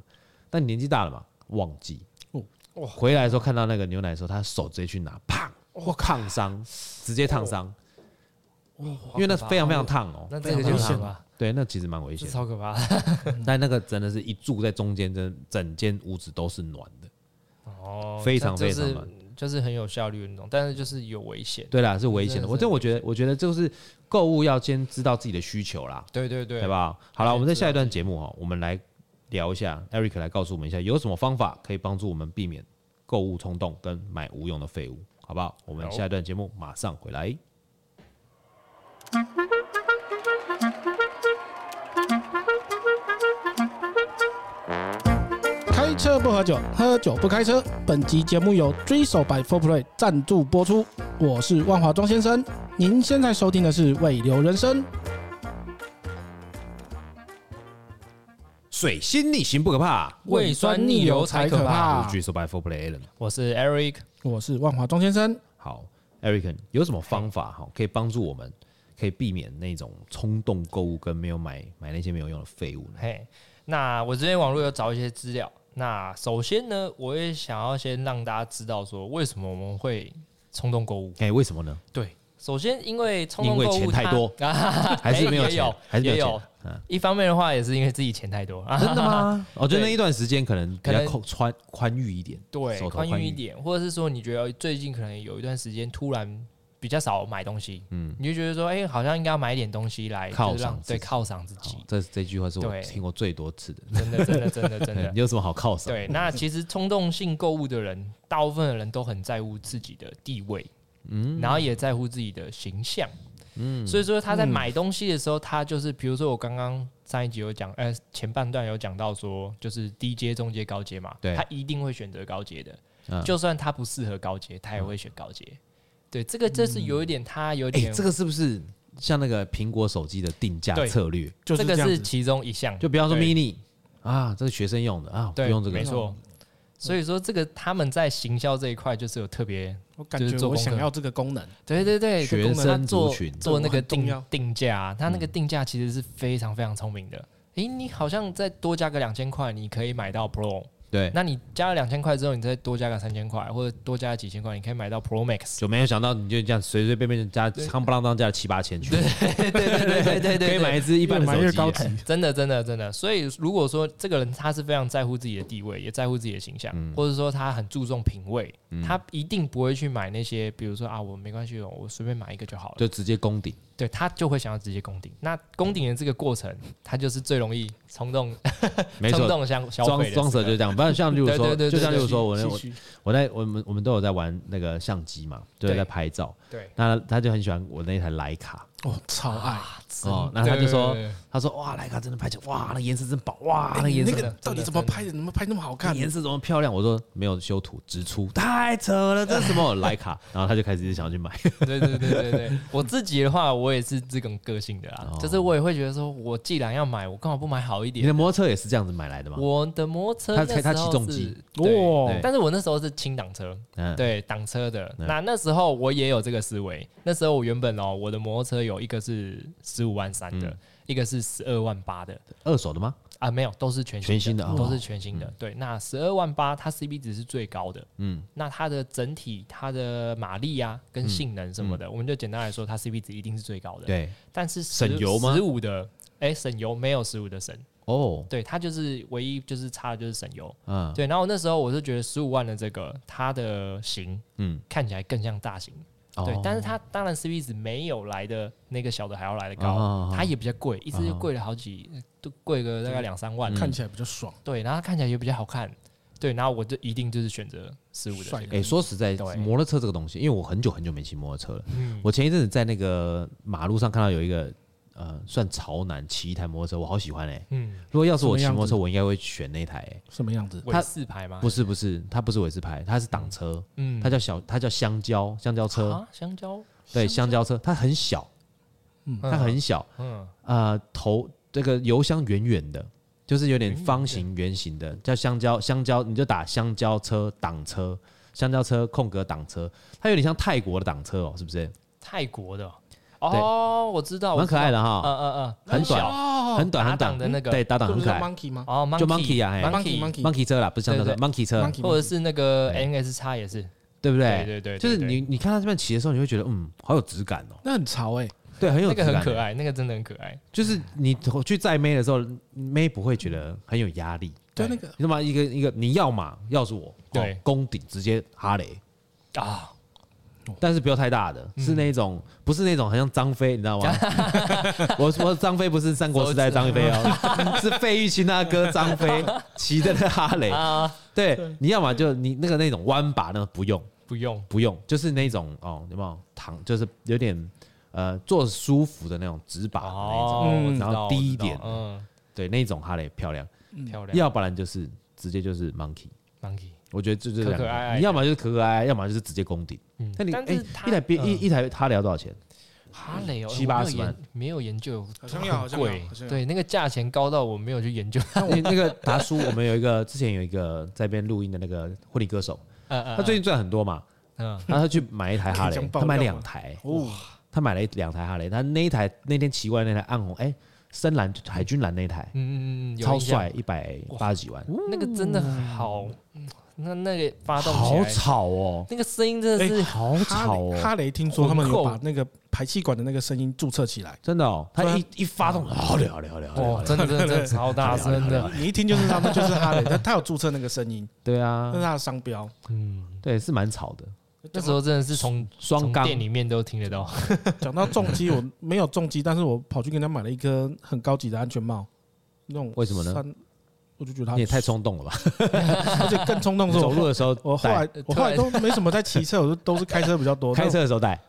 [SPEAKER 1] 但年纪大了嘛，忘记。
[SPEAKER 3] 哦
[SPEAKER 2] 哇
[SPEAKER 1] 回来的时候看到那个牛奶的时候，他手直接去拿，啪，
[SPEAKER 3] 我靠，
[SPEAKER 1] 烫伤，直接烫伤，
[SPEAKER 2] 哦好
[SPEAKER 1] 因为那
[SPEAKER 2] 可怕
[SPEAKER 1] 非常非常烫哦。
[SPEAKER 2] 那
[SPEAKER 3] 非
[SPEAKER 2] 这个
[SPEAKER 3] 常
[SPEAKER 2] 就
[SPEAKER 3] 危
[SPEAKER 2] 是
[SPEAKER 3] 险
[SPEAKER 2] 吧，
[SPEAKER 1] 对，那其实蛮危
[SPEAKER 2] 这
[SPEAKER 1] 险的。
[SPEAKER 2] 超可怕的。
[SPEAKER 1] 但那个真的是一住在中间，真的整间屋子都是暖的。
[SPEAKER 2] 哦，
[SPEAKER 1] 非常
[SPEAKER 2] 这就
[SPEAKER 1] 非常
[SPEAKER 2] 是
[SPEAKER 1] 慢
[SPEAKER 2] 就是很有效率的那种，但是就是有危险。
[SPEAKER 1] 对啦，是危险
[SPEAKER 2] 真
[SPEAKER 1] 的。
[SPEAKER 2] 的
[SPEAKER 1] 我
[SPEAKER 2] 是
[SPEAKER 1] 这我觉得，我觉得就是购物要先知道自己的需求啦。
[SPEAKER 2] 对对对
[SPEAKER 1] 对？吧？好了，
[SPEAKER 2] 而且
[SPEAKER 1] 我们在
[SPEAKER 2] 知道
[SPEAKER 1] 下一段节目哈，我们来聊一下，Eric 来告诉我们一下有什么方法可以帮助我们避免购物冲动跟买无用的废物，好不好？我们
[SPEAKER 2] 好
[SPEAKER 1] 下一段节目马上回来。
[SPEAKER 3] 开车不喝酒，喝酒不开车。本集节目由追手 by Four Play 赞助播出，我是万华庄先生。您现在收听的是《未留人生》，
[SPEAKER 1] 水星逆行不可怕，
[SPEAKER 2] 胃酸逆流才可怕
[SPEAKER 1] 我是。举手 by for play Allen。
[SPEAKER 2] 我是 Eric，
[SPEAKER 3] 我是万华庄先生。
[SPEAKER 1] 好，Eric 有什么方法哈可以帮助我们可以避免那种冲动购物跟没有买买那些没有用的废物呢？
[SPEAKER 2] 嘿，那我之前网络有找一些资料。那首先呢，我也想要先让大家知道说，为什么我们会冲动购物。
[SPEAKER 1] 哎、为什么呢？
[SPEAKER 2] 对，首先因为冲动
[SPEAKER 1] 因为
[SPEAKER 2] 购物
[SPEAKER 1] 钱太
[SPEAKER 2] 它
[SPEAKER 1] 多
[SPEAKER 2] 啊，
[SPEAKER 1] 还是
[SPEAKER 2] 哎
[SPEAKER 1] 没有
[SPEAKER 2] 也
[SPEAKER 1] 钱还是没有
[SPEAKER 2] 也有
[SPEAKER 1] 钱。嗯
[SPEAKER 2] 一方面的话，也是因为自己钱太多 啊，
[SPEAKER 1] 真的吗？我觉得哦
[SPEAKER 2] 对
[SPEAKER 1] 那一段时间可能比
[SPEAKER 2] 可
[SPEAKER 1] 较
[SPEAKER 2] 能
[SPEAKER 1] 宽宽宽裕一点，手
[SPEAKER 2] 对，
[SPEAKER 1] 头宽
[SPEAKER 2] 宽裕一点，或者是说你觉得最近可能有一段时间突然比较少买东西，嗯，你就觉得说，哎、好像应该要买一点东西来
[SPEAKER 1] 犒
[SPEAKER 2] 就是让
[SPEAKER 1] 赏自己
[SPEAKER 2] 对犒赏自
[SPEAKER 1] 好
[SPEAKER 2] 己，
[SPEAKER 1] 这这句话是我
[SPEAKER 2] 对
[SPEAKER 1] 听过最多次的。
[SPEAKER 2] 真的，真的，真的，真
[SPEAKER 1] 嗯
[SPEAKER 2] 的
[SPEAKER 1] 你。有什么好犒赏？
[SPEAKER 2] 对，那其实冲动性购物的人，大部分的人都很在乎自己的地位，嗯，然后也在乎自己的形象，嗯，所以说他在买东西的时候，他就是比如说我刚刚上一集有讲，呃，前半段有讲到说，就是低阶、中阶、高阶嘛，
[SPEAKER 1] 对
[SPEAKER 2] 他一定会选择高阶的，
[SPEAKER 1] 嗯
[SPEAKER 2] 就算他不适合高阶，他也会选高阶。对，这个这是有一点，他有
[SPEAKER 1] 哎、
[SPEAKER 2] 点、
[SPEAKER 1] 这个是不是像那个苹果手机的定价
[SPEAKER 2] 对
[SPEAKER 1] 策略？
[SPEAKER 3] 就是
[SPEAKER 2] 这个
[SPEAKER 3] 样
[SPEAKER 2] 是
[SPEAKER 3] 子
[SPEAKER 2] 其中一项，
[SPEAKER 1] 就比方说
[SPEAKER 2] 对
[SPEAKER 1] mini 啊，这是学生用的啊，不
[SPEAKER 2] 对，
[SPEAKER 1] 用这个，
[SPEAKER 2] 没错。所以说，这个他们在行销这一块就是有特别
[SPEAKER 3] 我感
[SPEAKER 2] 就是
[SPEAKER 3] 觉
[SPEAKER 2] 做
[SPEAKER 3] 我
[SPEAKER 2] 功课
[SPEAKER 3] 想要这个功能，
[SPEAKER 2] 对对对，
[SPEAKER 1] 学
[SPEAKER 2] 这功能
[SPEAKER 1] 生
[SPEAKER 2] 它
[SPEAKER 1] 族
[SPEAKER 2] 做
[SPEAKER 1] 群
[SPEAKER 2] 做那个
[SPEAKER 3] 这个很重要
[SPEAKER 2] 定定价啊、它那个定价其实是非常非常聪明的。诶、你好像再多加个两千块，你可以买到 Pro。
[SPEAKER 1] 对，
[SPEAKER 2] 那你加了两千块之后，你再多加个三千块，或者多加几千块，你可以买到 Pro Max。
[SPEAKER 1] 就没有想到你就这样随随便便就加夯不啷当加了七八千去，
[SPEAKER 2] 对对对对对
[SPEAKER 1] 可以买一只一
[SPEAKER 3] 一
[SPEAKER 1] 般的手
[SPEAKER 3] 买
[SPEAKER 1] 机
[SPEAKER 3] 越
[SPEAKER 1] 耶，
[SPEAKER 3] 高级，
[SPEAKER 2] 真的，真的，真的。所以，如果说这个人他是非常在乎自己的地位，也在乎自己的形象，或者说他很注重品味，他一定不会去买那些，比如说啊，我没关系，我随便买一个就好了。
[SPEAKER 1] 就直接攻顶。
[SPEAKER 2] 对他就会想要直接攻顶。那攻顶的这个过程，他就是最容易冲动、
[SPEAKER 1] 没
[SPEAKER 2] 冲
[SPEAKER 1] 错，
[SPEAKER 2] 动消消
[SPEAKER 1] 装
[SPEAKER 2] 费的时候。
[SPEAKER 1] 装蛇就这样。不然像例如说，
[SPEAKER 2] 对对对
[SPEAKER 1] 就
[SPEAKER 2] 对
[SPEAKER 1] 像例如说，我
[SPEAKER 3] 唏
[SPEAKER 1] 我
[SPEAKER 3] 嘘
[SPEAKER 1] 我在我们我们都有在玩那个相机嘛，都有
[SPEAKER 2] 对
[SPEAKER 1] 在拍照。
[SPEAKER 2] 对
[SPEAKER 1] 那他就很喜欢我那台徕卡，
[SPEAKER 3] 哦，超爱。
[SPEAKER 1] 哦那他就说他说哇，徕卡真的拍起来哇，那颜色真棒，哇，那
[SPEAKER 3] 哎你
[SPEAKER 1] 颜色
[SPEAKER 3] 那个
[SPEAKER 2] 真的
[SPEAKER 3] 到底怎么拍的？怎么拍那么好看？
[SPEAKER 1] 颜色怎么漂亮？我说没有修图，直出，太扯了，这是什么徕 卡？然后他就开始一直想要去买，
[SPEAKER 2] 对对对对对，我自己的话，我也是这种个性的啦
[SPEAKER 1] 哦，
[SPEAKER 2] 就是我也会觉得说，我既然要买，我干嘛不买好一
[SPEAKER 1] 你
[SPEAKER 2] 点？
[SPEAKER 1] 的摩托车也是这样子买来的吗？
[SPEAKER 2] 我的摩托车
[SPEAKER 1] 他
[SPEAKER 2] 那时候
[SPEAKER 1] 他骑重
[SPEAKER 2] 是
[SPEAKER 1] 机
[SPEAKER 2] 对，
[SPEAKER 3] 哇
[SPEAKER 1] 对
[SPEAKER 2] 但是我那时候是轻档车，
[SPEAKER 1] 嗯，
[SPEAKER 2] 对挡车的。
[SPEAKER 1] 嗯
[SPEAKER 2] 那那时候我也有这个思维，那时候我原本哦，我的摩托车有一个是十五万三
[SPEAKER 1] 嗯
[SPEAKER 2] 的，一个是十二万八的，
[SPEAKER 1] 二手的吗？
[SPEAKER 2] 啊，没有，都是全
[SPEAKER 1] 全新的
[SPEAKER 2] 的
[SPEAKER 1] 哦，
[SPEAKER 2] 都是全新的。对，那十二万八，它 CP 值是最高的。
[SPEAKER 1] 嗯
[SPEAKER 2] 嗯，那它的整体它的马力啊，跟性能什么的，我们就简单来说，它 CP 值一定是最高的。，
[SPEAKER 1] 嗯对，
[SPEAKER 2] 但是
[SPEAKER 1] 省油吗
[SPEAKER 2] 十五的，哎，省油没有十五的省，
[SPEAKER 1] 哦，
[SPEAKER 2] 对，它就是唯一就是差的就是省油。
[SPEAKER 1] 嗯
[SPEAKER 2] 对，然后那时候我就觉得十五万的这个它的型
[SPEAKER 1] 嗯，
[SPEAKER 2] 看起来更像大型，
[SPEAKER 1] 哦
[SPEAKER 2] 对，但是它当然 CP 值没有来的那个小的还要来的
[SPEAKER 1] 哦哦
[SPEAKER 2] 高
[SPEAKER 1] 哦，嗯
[SPEAKER 2] 它也比较贵，一只就贵了好几，都贵个大概两三万。
[SPEAKER 3] 看起来比较爽。
[SPEAKER 2] 对，然后看起来也比较好看，对，然后我就一定就是选择十五的
[SPEAKER 3] 帅
[SPEAKER 2] 这
[SPEAKER 3] 哥
[SPEAKER 2] 个，
[SPEAKER 1] 哎，说实在，
[SPEAKER 2] 对
[SPEAKER 1] 摩托车这个东西，因为我很久很久没骑摩托车了。
[SPEAKER 2] 嗯，
[SPEAKER 1] 我前一阵子在那个马路上看到有一个呃，算潮男骑一台摩托车，我好喜欢哎、
[SPEAKER 2] 嗯，
[SPEAKER 1] 如果要是我骑
[SPEAKER 3] 什么样子
[SPEAKER 1] 摩托车，我应该会选那台、欸。
[SPEAKER 3] 什么样子？
[SPEAKER 2] 尾四排嘛，
[SPEAKER 1] 不，是不是，它不是尾斯牌，它是挡车，
[SPEAKER 2] 嗯，
[SPEAKER 1] 它叫小，它叫香蕉香蕉车，
[SPEAKER 2] 啊，香蕉，
[SPEAKER 1] 对，香蕉车，它很小，它很小，
[SPEAKER 2] 嗯，
[SPEAKER 1] 呃，头这个油箱圆圆的，就是有点方形圆形的，叫香蕉香蕉，你就打香蕉车挡车。香蕉车空格挡车，它有点像泰国的挡车哦，是不是？
[SPEAKER 2] 泰国的哦，哦我知道，
[SPEAKER 1] 蛮可爱
[SPEAKER 2] 的，
[SPEAKER 1] 的
[SPEAKER 2] 嗯
[SPEAKER 1] 哈，
[SPEAKER 2] 嗯嗯，
[SPEAKER 1] 很短
[SPEAKER 2] 小
[SPEAKER 1] 很短
[SPEAKER 2] 打
[SPEAKER 1] 很短
[SPEAKER 2] 档的那个
[SPEAKER 1] 对，打
[SPEAKER 3] 哦这
[SPEAKER 1] 档
[SPEAKER 3] 不
[SPEAKER 1] 很
[SPEAKER 3] 是
[SPEAKER 1] 可
[SPEAKER 3] 叫
[SPEAKER 1] 爱。
[SPEAKER 3] monkey 吗
[SPEAKER 2] 哦，
[SPEAKER 1] 就
[SPEAKER 2] monkey
[SPEAKER 1] monkey 啊，哎
[SPEAKER 3] monkey monkey
[SPEAKER 1] ，monkey 车啦，不是香蕉车
[SPEAKER 2] 对对
[SPEAKER 1] ，monkey 车，
[SPEAKER 3] monkey
[SPEAKER 2] 或者是那个
[SPEAKER 1] 对
[SPEAKER 2] NS x 也是，
[SPEAKER 1] 对不
[SPEAKER 2] 对
[SPEAKER 1] 对？
[SPEAKER 2] 对对，
[SPEAKER 1] 就是
[SPEAKER 2] 对
[SPEAKER 1] 你，你看它这边骑的时候，你会觉得嗯，好有质感哦，
[SPEAKER 3] 那很潮哎，
[SPEAKER 1] 对，很有
[SPEAKER 2] 那
[SPEAKER 1] 质
[SPEAKER 2] 个
[SPEAKER 1] 感，
[SPEAKER 2] 很可。爱，那个真的很可爱，
[SPEAKER 1] 就是你去载妹的时候，妹不会觉得很有压力，
[SPEAKER 3] 对那个
[SPEAKER 1] 你知道吗？一个一个你要嘛，要是我，
[SPEAKER 2] 对
[SPEAKER 1] 哦攻顶直接哈雷，
[SPEAKER 2] 啊，
[SPEAKER 1] 但是不要太大的，
[SPEAKER 2] 嗯
[SPEAKER 1] 是那种不是那种很像张飞，你知道 吗？我我张飞不是三国时代张飞哦， 是费玉清他哥张飞骑的那哈雷。
[SPEAKER 2] 啊，
[SPEAKER 1] 对，你要么就你那个那种弯把那个不用
[SPEAKER 2] 不用，
[SPEAKER 1] 不用，就是那种哦，有没有躺就是有点呃坐舒服的那种直把的那种，
[SPEAKER 2] 哦，我知道
[SPEAKER 1] 然后低一点
[SPEAKER 2] 我知道嗯，
[SPEAKER 1] 对，那种哈雷漂亮。
[SPEAKER 3] 嗯
[SPEAKER 2] 漂亮
[SPEAKER 1] 要不然就是直接就是 monkey。
[SPEAKER 2] ，monkey，
[SPEAKER 1] 我觉得这就是
[SPEAKER 2] 可可
[SPEAKER 1] 两个
[SPEAKER 2] 爱爱的
[SPEAKER 1] 你要么就是可可爱爱，要么就是直接攻顶。
[SPEAKER 2] 嗯
[SPEAKER 1] 那你
[SPEAKER 2] 但
[SPEAKER 1] 哎
[SPEAKER 2] 是，它
[SPEAKER 1] 一台边一
[SPEAKER 2] 嗯
[SPEAKER 1] 一台哈雷要多少钱？
[SPEAKER 2] 哈雷哦，
[SPEAKER 1] 七
[SPEAKER 2] 我没有
[SPEAKER 1] 八十
[SPEAKER 2] 研
[SPEAKER 1] 万，
[SPEAKER 2] 没有研究，
[SPEAKER 3] 好像要好
[SPEAKER 2] 很
[SPEAKER 3] 像要
[SPEAKER 2] 贵
[SPEAKER 3] 好像，要
[SPEAKER 2] 对，那个价钱高到我没有去研 究，
[SPEAKER 1] 那那个达叔，我们有一个之前有一个在边录音的那个婚礼歌手，
[SPEAKER 2] 他
[SPEAKER 1] 他最近赚很多嘛，
[SPEAKER 2] 嗯
[SPEAKER 1] 然后他去买一台哈
[SPEAKER 3] 可以这
[SPEAKER 1] 雷
[SPEAKER 3] 样，爆
[SPEAKER 1] 他买
[SPEAKER 3] 料吗
[SPEAKER 1] 两台，
[SPEAKER 3] 哦，
[SPEAKER 1] 他买了一两台哈雷，他那一台那天奇怪那台暗红，哎，深蓝海军蓝那一台
[SPEAKER 2] 嗯嗯嗯，有
[SPEAKER 1] 超
[SPEAKER 2] 印象
[SPEAKER 1] 帅，，一百八十几万，
[SPEAKER 2] 那个真的好，嗯那那个发动起
[SPEAKER 1] 好哎
[SPEAKER 2] 来，
[SPEAKER 1] 吵哦，
[SPEAKER 2] 那个声音真的是
[SPEAKER 1] 好
[SPEAKER 3] 哈
[SPEAKER 1] 吵
[SPEAKER 3] 雷
[SPEAKER 1] 哦，
[SPEAKER 3] 哈雷听说他们
[SPEAKER 2] 很
[SPEAKER 3] 有
[SPEAKER 2] 扣
[SPEAKER 3] 把那个排气管的那个声音注册起来，
[SPEAKER 1] 真的哦，
[SPEAKER 3] 对
[SPEAKER 1] 他
[SPEAKER 3] 啊
[SPEAKER 1] 一一发动，好嘞好嘞好嘞好嘞好
[SPEAKER 2] 哦，
[SPEAKER 1] 嘞，
[SPEAKER 2] 真的真 的真
[SPEAKER 1] 啊
[SPEAKER 2] 的超大声的，
[SPEAKER 3] 你一听就是他们就是哈雷，他他有注册那个声音，
[SPEAKER 1] 对啊
[SPEAKER 3] 那是，他的商标。
[SPEAKER 2] 嗯，
[SPEAKER 1] 对，是蛮吵的，
[SPEAKER 2] 那时候真的是从
[SPEAKER 1] 双
[SPEAKER 2] 从
[SPEAKER 1] 缸
[SPEAKER 2] 店里面都听 得到，
[SPEAKER 3] 讲到重机，我没有重机，但是我跑去跟人家买了一颗很高级的安全帽，那种
[SPEAKER 1] 为什么呢
[SPEAKER 3] 三？我就觉得它
[SPEAKER 1] 你也太，冲动了吧，
[SPEAKER 3] 而且更啊冲动是
[SPEAKER 1] 走
[SPEAKER 3] 我
[SPEAKER 1] 路的时候
[SPEAKER 3] 我后
[SPEAKER 1] 戴，
[SPEAKER 3] 来我后来都没什么在骑车，我就都是开车比较多。
[SPEAKER 1] 开车的时候戴，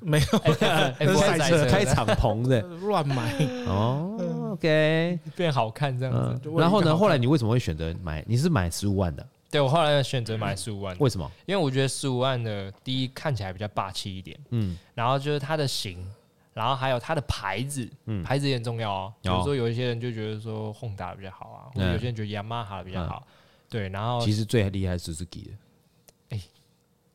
[SPEAKER 3] 没有
[SPEAKER 2] 哎，不
[SPEAKER 3] 赛
[SPEAKER 2] 会
[SPEAKER 3] 车
[SPEAKER 2] 赛
[SPEAKER 1] 开敞篷的
[SPEAKER 3] 乱买，
[SPEAKER 1] 哦，OK。
[SPEAKER 2] 哎变好看这样子。
[SPEAKER 1] 嗯
[SPEAKER 3] 就为，了
[SPEAKER 1] 然后
[SPEAKER 3] 一个
[SPEAKER 1] 呢？
[SPEAKER 3] 好
[SPEAKER 1] 后来你为什么会选择买？你是买十五万的，
[SPEAKER 2] 对我后来选择买十五万，
[SPEAKER 1] 为什么？
[SPEAKER 2] 因为我觉得十五万的第一看起来比较霸气一点，
[SPEAKER 1] 嗯，
[SPEAKER 2] 然后就是它的型，然后还有它的牌子，
[SPEAKER 1] 嗯
[SPEAKER 2] 牌子也很重要哦。比
[SPEAKER 1] 哦
[SPEAKER 2] 如说有一些人就觉得说 Honda 比较好啊，或者
[SPEAKER 1] 嗯
[SPEAKER 2] 有些人觉得 Yamaha 比较好，对，然后
[SPEAKER 1] 其实最厉害是 Suzuki 的，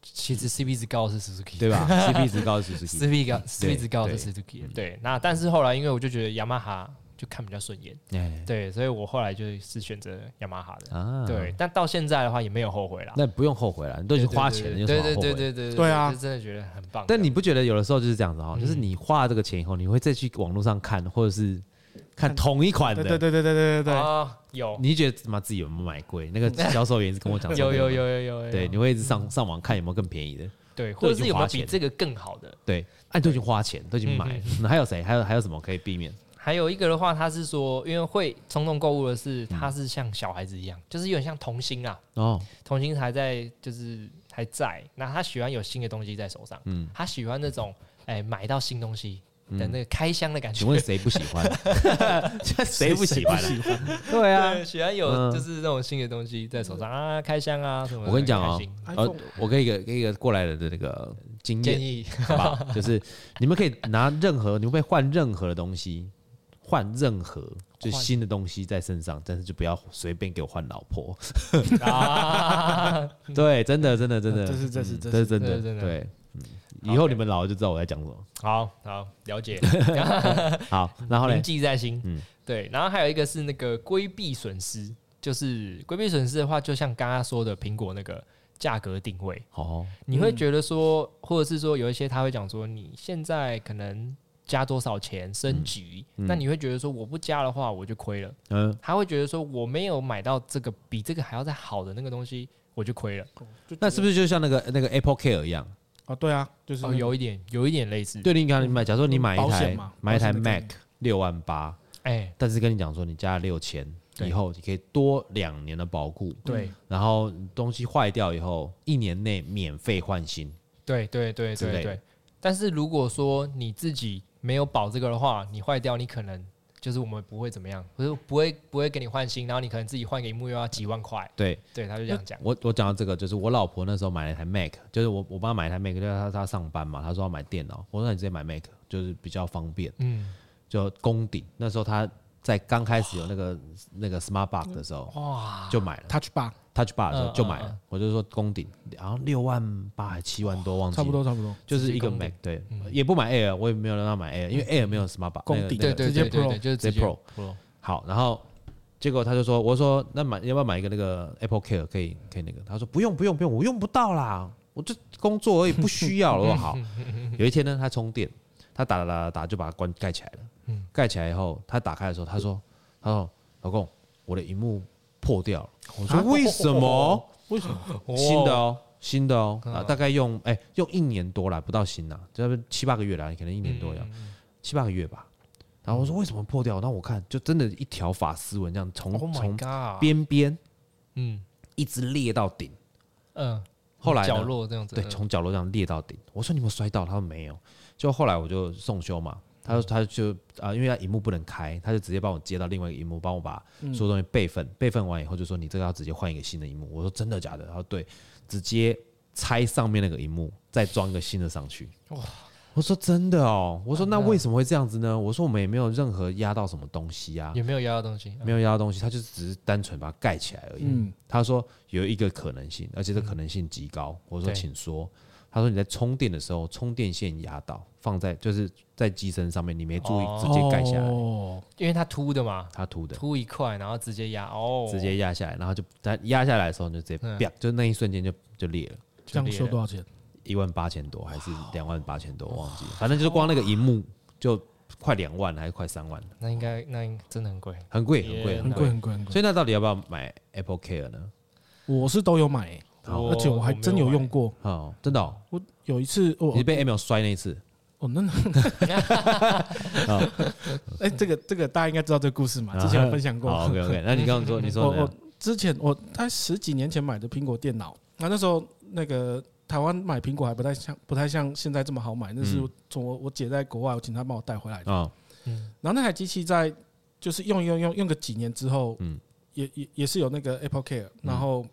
[SPEAKER 2] 其实 CP 值高的是 Suzuki，
[SPEAKER 1] 对吧？CP 值高是 Suzuki，
[SPEAKER 2] ？CP 高，CP 值高的
[SPEAKER 1] 对
[SPEAKER 2] 是 Suzuki，对。那但是后来因为我就觉得 Yamaha 就看比较顺眼，
[SPEAKER 1] 哎
[SPEAKER 2] 对，所以我后来就是选择 Yamaha 的，
[SPEAKER 1] 啊，
[SPEAKER 2] 对。，但到现在的话也没有后悔啦，
[SPEAKER 1] 那不用后悔了，你都已经花钱了，有什么
[SPEAKER 2] 对
[SPEAKER 1] 好
[SPEAKER 2] 对
[SPEAKER 1] 后
[SPEAKER 2] 对
[SPEAKER 1] 悔？
[SPEAKER 2] 对对
[SPEAKER 3] 对啊
[SPEAKER 2] 就真的觉得很棒。
[SPEAKER 1] 但你不觉得有的时候就是这样子哦，
[SPEAKER 2] 嗯
[SPEAKER 1] 就是你花了这个钱以后，你会再去网络上看，或者是看同一款
[SPEAKER 3] 对对
[SPEAKER 1] 的，
[SPEAKER 3] 对对对对
[SPEAKER 1] 哦
[SPEAKER 3] 对对，
[SPEAKER 2] 啊，有
[SPEAKER 1] 你觉得他妈自己有没有买贵？那个销售员是跟我讲说
[SPEAKER 2] 有有有，有有有，
[SPEAKER 1] 对，你会一直上上网看有没有更便宜的，
[SPEAKER 2] 对，
[SPEAKER 1] 都
[SPEAKER 2] 或者
[SPEAKER 1] 已经
[SPEAKER 2] 是有没
[SPEAKER 1] 花
[SPEAKER 2] 有比
[SPEAKER 1] 钱
[SPEAKER 2] 这个更好的？
[SPEAKER 1] 对，啊，你都已经花钱，都已经买了，那还有谁？还有还有什么可以避免？
[SPEAKER 2] 还有一个的话，他是说，因为会冲动购物的是，他是像小孩子一样，就是有点像童心啊，
[SPEAKER 1] 哦，
[SPEAKER 2] 童心还在，就是还在。那他喜欢有新的东西在手上，
[SPEAKER 1] 嗯
[SPEAKER 2] 他喜欢那种哎、买到新东西的那个开箱的感觉。
[SPEAKER 1] 请问谁不喜欢？谁不喜欢？
[SPEAKER 3] 谁不喜欢？
[SPEAKER 1] 对啊，
[SPEAKER 2] 对，喜欢有
[SPEAKER 1] 嗯
[SPEAKER 2] 就是那种新的东西在手上啊，开箱啊什么的。
[SPEAKER 1] 我跟你讲哦
[SPEAKER 2] 很开心
[SPEAKER 3] iPhone
[SPEAKER 1] 我给一个给一个过来人的那个经
[SPEAKER 2] 建
[SPEAKER 1] 验，
[SPEAKER 2] 议
[SPEAKER 1] 好不好？就是你们可以拿任何，你们可以换任何的东西，换任何就是
[SPEAKER 2] 换
[SPEAKER 1] 新的东西在身上，但是就不要随便给我换老婆。
[SPEAKER 2] 啊，
[SPEAKER 1] 对，真的，真的，真的，
[SPEAKER 3] 这是这是
[SPEAKER 1] 嗯
[SPEAKER 3] 这
[SPEAKER 1] 这
[SPEAKER 3] 是
[SPEAKER 1] 是真
[SPEAKER 2] 这
[SPEAKER 1] 的，
[SPEAKER 2] 是真的
[SPEAKER 1] 对。嗯，
[SPEAKER 2] 好
[SPEAKER 1] 以后你们老了就知道我在讲什么。
[SPEAKER 2] 好好了解，
[SPEAKER 1] 好，然后
[SPEAKER 2] 铭
[SPEAKER 1] 嘞，
[SPEAKER 2] 记在心。
[SPEAKER 1] 嗯
[SPEAKER 2] 对。然后还有一个是那个规避损失，就是规避损失的话，就像刚刚说的苹果那个价格定位，
[SPEAKER 1] 哦，
[SPEAKER 2] 你会觉得说，或者是说有一些他会讲说，你现在可能加多少钱升级，那你会觉得说我不加的话我就亏了，
[SPEAKER 1] 嗯，
[SPEAKER 2] 他会觉得说我没有买到这个比这个还要再好的那个东西。我就亏了，
[SPEAKER 1] 那是不是就像那个那个 Apple Care 一样？
[SPEAKER 3] 啊，对啊，就是
[SPEAKER 2] 哦，有一点，有一点类似，
[SPEAKER 1] 嗯对，你看你买，假如说你买一
[SPEAKER 3] 嗯保险
[SPEAKER 1] 台
[SPEAKER 3] 嘛
[SPEAKER 1] 买一台
[SPEAKER 3] 保险的概
[SPEAKER 1] Mac
[SPEAKER 3] 念
[SPEAKER 1] 六万八，
[SPEAKER 2] 哎，
[SPEAKER 1] 但是跟你讲说你加了六千，
[SPEAKER 2] 对
[SPEAKER 1] 以后你可以多两年的保固，
[SPEAKER 2] 对，
[SPEAKER 1] 然后东西坏掉以后，一年内免费换新。
[SPEAKER 2] 对对对
[SPEAKER 1] 之
[SPEAKER 2] 对
[SPEAKER 1] 类
[SPEAKER 2] 对
[SPEAKER 1] 的。
[SPEAKER 2] 但是如果说你自己没有保这个的话，你坏掉，你可能就是我们不会怎么样，不是不会不会给你换新，然后你可能自己换个荧幕又要几万块。
[SPEAKER 1] 对
[SPEAKER 2] 对，他就这样讲。
[SPEAKER 1] 我，我讲到这个，就是我老婆那时候买了一台 Mac，就是我我帮她买一台 Mac，就是她她上班嘛，她说要买电脑，我说那你直接买 Mac，就是比较方便，
[SPEAKER 2] 嗯，
[SPEAKER 1] 就攻顶。那时候她在刚开始有那个那个 Smart Box 的时候
[SPEAKER 2] 哇，
[SPEAKER 1] 就买了
[SPEAKER 3] Touch Bar
[SPEAKER 1] Touch Bar 的时候
[SPEAKER 2] 嗯
[SPEAKER 1] 就买
[SPEAKER 2] 嗯
[SPEAKER 1] 了，我就说攻顶，然后六万八还七万多忘记了
[SPEAKER 3] 差不多差不多，
[SPEAKER 1] 就是一个
[SPEAKER 2] 直接攻
[SPEAKER 1] Mac 对
[SPEAKER 2] 嗯，
[SPEAKER 1] 也不买 Air，我也没有让他买 Air，因为 Air 没有 Smart Bar
[SPEAKER 3] 攻
[SPEAKER 1] 那个
[SPEAKER 3] 顶
[SPEAKER 1] 那
[SPEAKER 2] 对
[SPEAKER 1] 个
[SPEAKER 2] 对
[SPEAKER 3] 直接
[SPEAKER 2] 对对
[SPEAKER 3] Pro
[SPEAKER 2] 对，就是
[SPEAKER 1] 直
[SPEAKER 2] 直
[SPEAKER 1] 接
[SPEAKER 2] 接
[SPEAKER 1] Pro
[SPEAKER 2] Pro，
[SPEAKER 1] 好，然后结果他就说，我说那买要不要买一个那个 Apple Care 可以可以那个？他说不用不用不用，我用不到啦，我这工作而已，不需 要了。我说好。有一天呢，他充电，他打打打打就把它关盖起来了。
[SPEAKER 2] 嗯
[SPEAKER 1] 盖起来以后，他打开的时候，他说他说老公，我的荧幕破掉了。我说
[SPEAKER 2] 啊
[SPEAKER 1] 为什么？
[SPEAKER 3] 为什么？
[SPEAKER 1] 新的哦，新的哦，
[SPEAKER 2] 嗯
[SPEAKER 1] 啊，大概用哎、用一年多啦，不到新啦，就是七八个月啦，可能一
[SPEAKER 2] 一
[SPEAKER 1] 年多要、
[SPEAKER 2] 嗯
[SPEAKER 1] 七八个月吧。然后我说为什么破掉？然后我看就真的一条发丝纹这样从
[SPEAKER 2] Oh
[SPEAKER 1] 从
[SPEAKER 2] my god！
[SPEAKER 1] 边边
[SPEAKER 2] 嗯
[SPEAKER 1] 一直裂到顶，
[SPEAKER 2] 嗯，
[SPEAKER 1] 后来呢
[SPEAKER 2] 角落这样子，嗯
[SPEAKER 1] 对，从角落这样嗯裂到顶。我说你有没有摔到？他说没有。就后来我就送修嘛，他说他就啊、因为他荧幕不能开，他就直接帮我接到另外一个荧幕，帮我把所有东西备份，备份完以后就说你这个要直接换一个新的荧幕。我说真的假的？他说对，直接拆上面那个荧幕，再装一个新的上去。哇！我说真的哦，我说那为什么会这样子呢？我说我们也没有任何压到什么东西啊，
[SPEAKER 2] 也没有压到东西，
[SPEAKER 1] 没有压到东西，他就只是单纯把它盖起来而已。
[SPEAKER 3] 嗯，
[SPEAKER 1] 他说有一个可能性，而且这可能性极高。我说
[SPEAKER 2] 嗯对
[SPEAKER 1] 请说。他说你在充电的时候，充电线压到，放在就是在机身上面，你没注意
[SPEAKER 2] 哦
[SPEAKER 1] 直接盖下来，
[SPEAKER 3] 哦
[SPEAKER 2] 因为它凸的嘛，
[SPEAKER 1] 他凸的
[SPEAKER 2] 凸一块，然后直接压哦，
[SPEAKER 1] 直接压下来，然后就他压下来的时候你就直接
[SPEAKER 2] 嗯
[SPEAKER 1] 啪，就那一瞬间就就裂了，
[SPEAKER 3] 这样修多少钱？
[SPEAKER 1] 一万八千多还是
[SPEAKER 2] 哦
[SPEAKER 1] 两万八千多，我忘记了，反正就是光那个荧幕就快两万还是快三万了，
[SPEAKER 2] 那应该那应真的很贵，
[SPEAKER 1] 很贵很
[SPEAKER 2] 天
[SPEAKER 1] 贵
[SPEAKER 2] 哪
[SPEAKER 1] 很
[SPEAKER 3] 很贵
[SPEAKER 1] 贵。
[SPEAKER 3] 很贵很贵，
[SPEAKER 1] 所以那到底要不要买 Apple Care 呢？
[SPEAKER 3] 我是都有买欸，
[SPEAKER 2] 我
[SPEAKER 3] 而且我还真有用，过。
[SPEAKER 1] 哦，真的、哦，
[SPEAKER 3] 我有一次，我
[SPEAKER 1] 你被 Emil 摔那一次，
[SPEAKER 3] 我那， 哎，这个这个大家应该知道这个故事嘛？之前有分享过。
[SPEAKER 1] 啊好 OK OK，那你刚刚说你
[SPEAKER 3] 我
[SPEAKER 1] 说怎
[SPEAKER 3] 我
[SPEAKER 1] 样
[SPEAKER 3] 之前我在十几年前买的苹果电脑，那那时候那个台湾买苹果还不太像不太像现在这么好买，那是
[SPEAKER 1] 嗯
[SPEAKER 3] 从我我姐在国外，我请她帮我带回来的。
[SPEAKER 1] 哦
[SPEAKER 2] 嗯
[SPEAKER 3] 然后那台机器在就是用用用用个几年之后，
[SPEAKER 1] 嗯
[SPEAKER 3] 也也也是有那个 Apple Care，然
[SPEAKER 2] 嗯
[SPEAKER 3] 后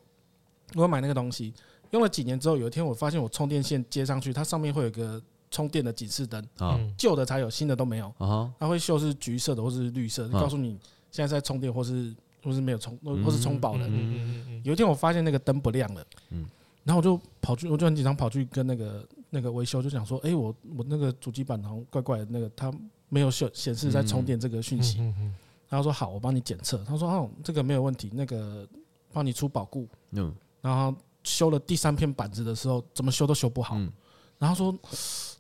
[SPEAKER 3] 我有买那个东西，用了几年之后，有一天我发现我充电线接上去，它上面会有一个充电的警示灯，
[SPEAKER 1] 哦
[SPEAKER 2] 嗯
[SPEAKER 3] 旧的才有，新的都没有，
[SPEAKER 1] 啊哈
[SPEAKER 3] 它会秀是橘色的或是绿色的，
[SPEAKER 1] 嗯
[SPEAKER 3] 告诉你现在在充电或是或是没有充或或是充饱
[SPEAKER 2] 嗯
[SPEAKER 3] 了。
[SPEAKER 2] 嗯嗯嗯
[SPEAKER 3] 有一天我发现那个灯不亮了，
[SPEAKER 1] 嗯
[SPEAKER 3] 然后我就跑去，我就很紧张跑去跟那个那个维修，就想说，哎、我我那个主机板好像怪怪的，那个它没有显显示在充电这个讯息。
[SPEAKER 2] 嗯嗯，
[SPEAKER 3] 然后说好，我帮你检测。他说哦，这个没有问题，那个帮你出保固。
[SPEAKER 1] 嗯。
[SPEAKER 3] 然后修了第三片板子的时候，怎么修都修不好。
[SPEAKER 1] 嗯
[SPEAKER 3] 然后说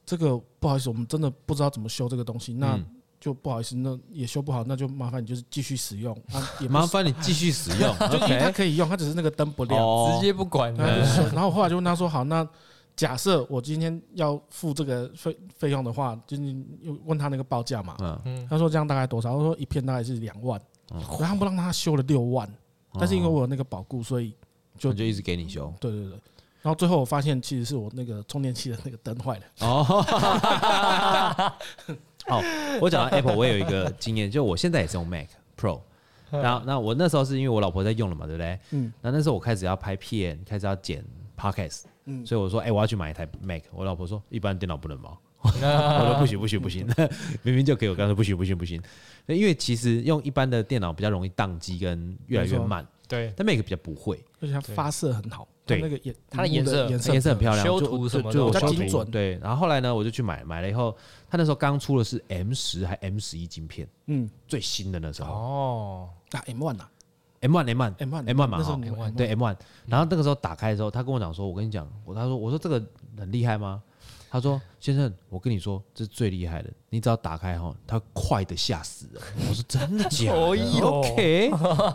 [SPEAKER 3] 这个不好意思，我们真的不知道怎么修这个东西，那
[SPEAKER 1] 嗯
[SPEAKER 3] 就不好意思，那也修不好，那就麻烦你就是继续使用。啊，也不
[SPEAKER 1] 麻烦你继续使 用啊
[SPEAKER 3] 就因为它
[SPEAKER 1] ，OK？
[SPEAKER 3] 可以用，它只是那个灯不亮。
[SPEAKER 1] 哦
[SPEAKER 2] 直接不管
[SPEAKER 3] 然后就
[SPEAKER 2] 了，
[SPEAKER 3] 修
[SPEAKER 1] 哎
[SPEAKER 3] 然后后来就问他说：“好，那假设我今天要付这个费费用的话，就是你又问他那个报价嘛。
[SPEAKER 1] 嗯，
[SPEAKER 2] 嗯
[SPEAKER 3] 他说这样大概多少？他说一片大概是两万，
[SPEAKER 1] 嗯哦
[SPEAKER 3] 然后他不让他修了六万，但是因为我有那个保固，所以就
[SPEAKER 1] 我就一直给你修
[SPEAKER 3] 对对对。然后最后我发现其实是我那个充电器的那个灯坏了，
[SPEAKER 1] 哦。哦，我讲到 Apple，我也有一个经验，就我现在也是用 Mac Pro，然后那我那时候是因为我老婆在用了嘛，对不对？
[SPEAKER 3] 嗯
[SPEAKER 1] 嗯，那那时候我开始要拍片，开始要剪 Podcast，
[SPEAKER 3] 嗯啊
[SPEAKER 1] 所以我说，哎、我要去买一台 Mac，我老婆说，一般电脑不 能吗？我说不行不行不行， 明明就可以，我刚才说不行不行不行，因为其实用一般的电脑比较容易宕机跟越来越
[SPEAKER 3] 没错
[SPEAKER 1] 慢，
[SPEAKER 2] 对，
[SPEAKER 1] 但 Mac 比较不会，
[SPEAKER 3] 而且它发色很好，
[SPEAKER 1] 对
[SPEAKER 3] 它那个颜
[SPEAKER 2] 它的
[SPEAKER 3] 荧幕
[SPEAKER 2] 颜色哎
[SPEAKER 3] 颜色
[SPEAKER 1] 颜色很漂亮，
[SPEAKER 2] 修
[SPEAKER 1] 就
[SPEAKER 2] 图
[SPEAKER 1] 就
[SPEAKER 2] 什么的
[SPEAKER 1] 就
[SPEAKER 2] 比
[SPEAKER 3] 较
[SPEAKER 1] 修图
[SPEAKER 3] 精准
[SPEAKER 1] 对，然后后来呢，我就去买，买了以后，他那时候刚出的是 M 十还 M 十一晶片，
[SPEAKER 3] 嗯
[SPEAKER 1] 最新的那时候
[SPEAKER 2] 哦，
[SPEAKER 3] 啊 M one 啊
[SPEAKER 1] M one M one
[SPEAKER 3] M one
[SPEAKER 1] M one 嘛
[SPEAKER 3] 那时候
[SPEAKER 1] 哈
[SPEAKER 3] 你嗯
[SPEAKER 2] M1
[SPEAKER 1] 对 M one，然后那个时候打开的时候，他跟我讲说，我跟你讲，我他说我说这个很厉害吗？他说：“先生，我跟你说，这是最厉害的。你只要打开哈，它快的吓死人。”我说：“真的假的
[SPEAKER 2] 哦哟
[SPEAKER 1] ？”OK，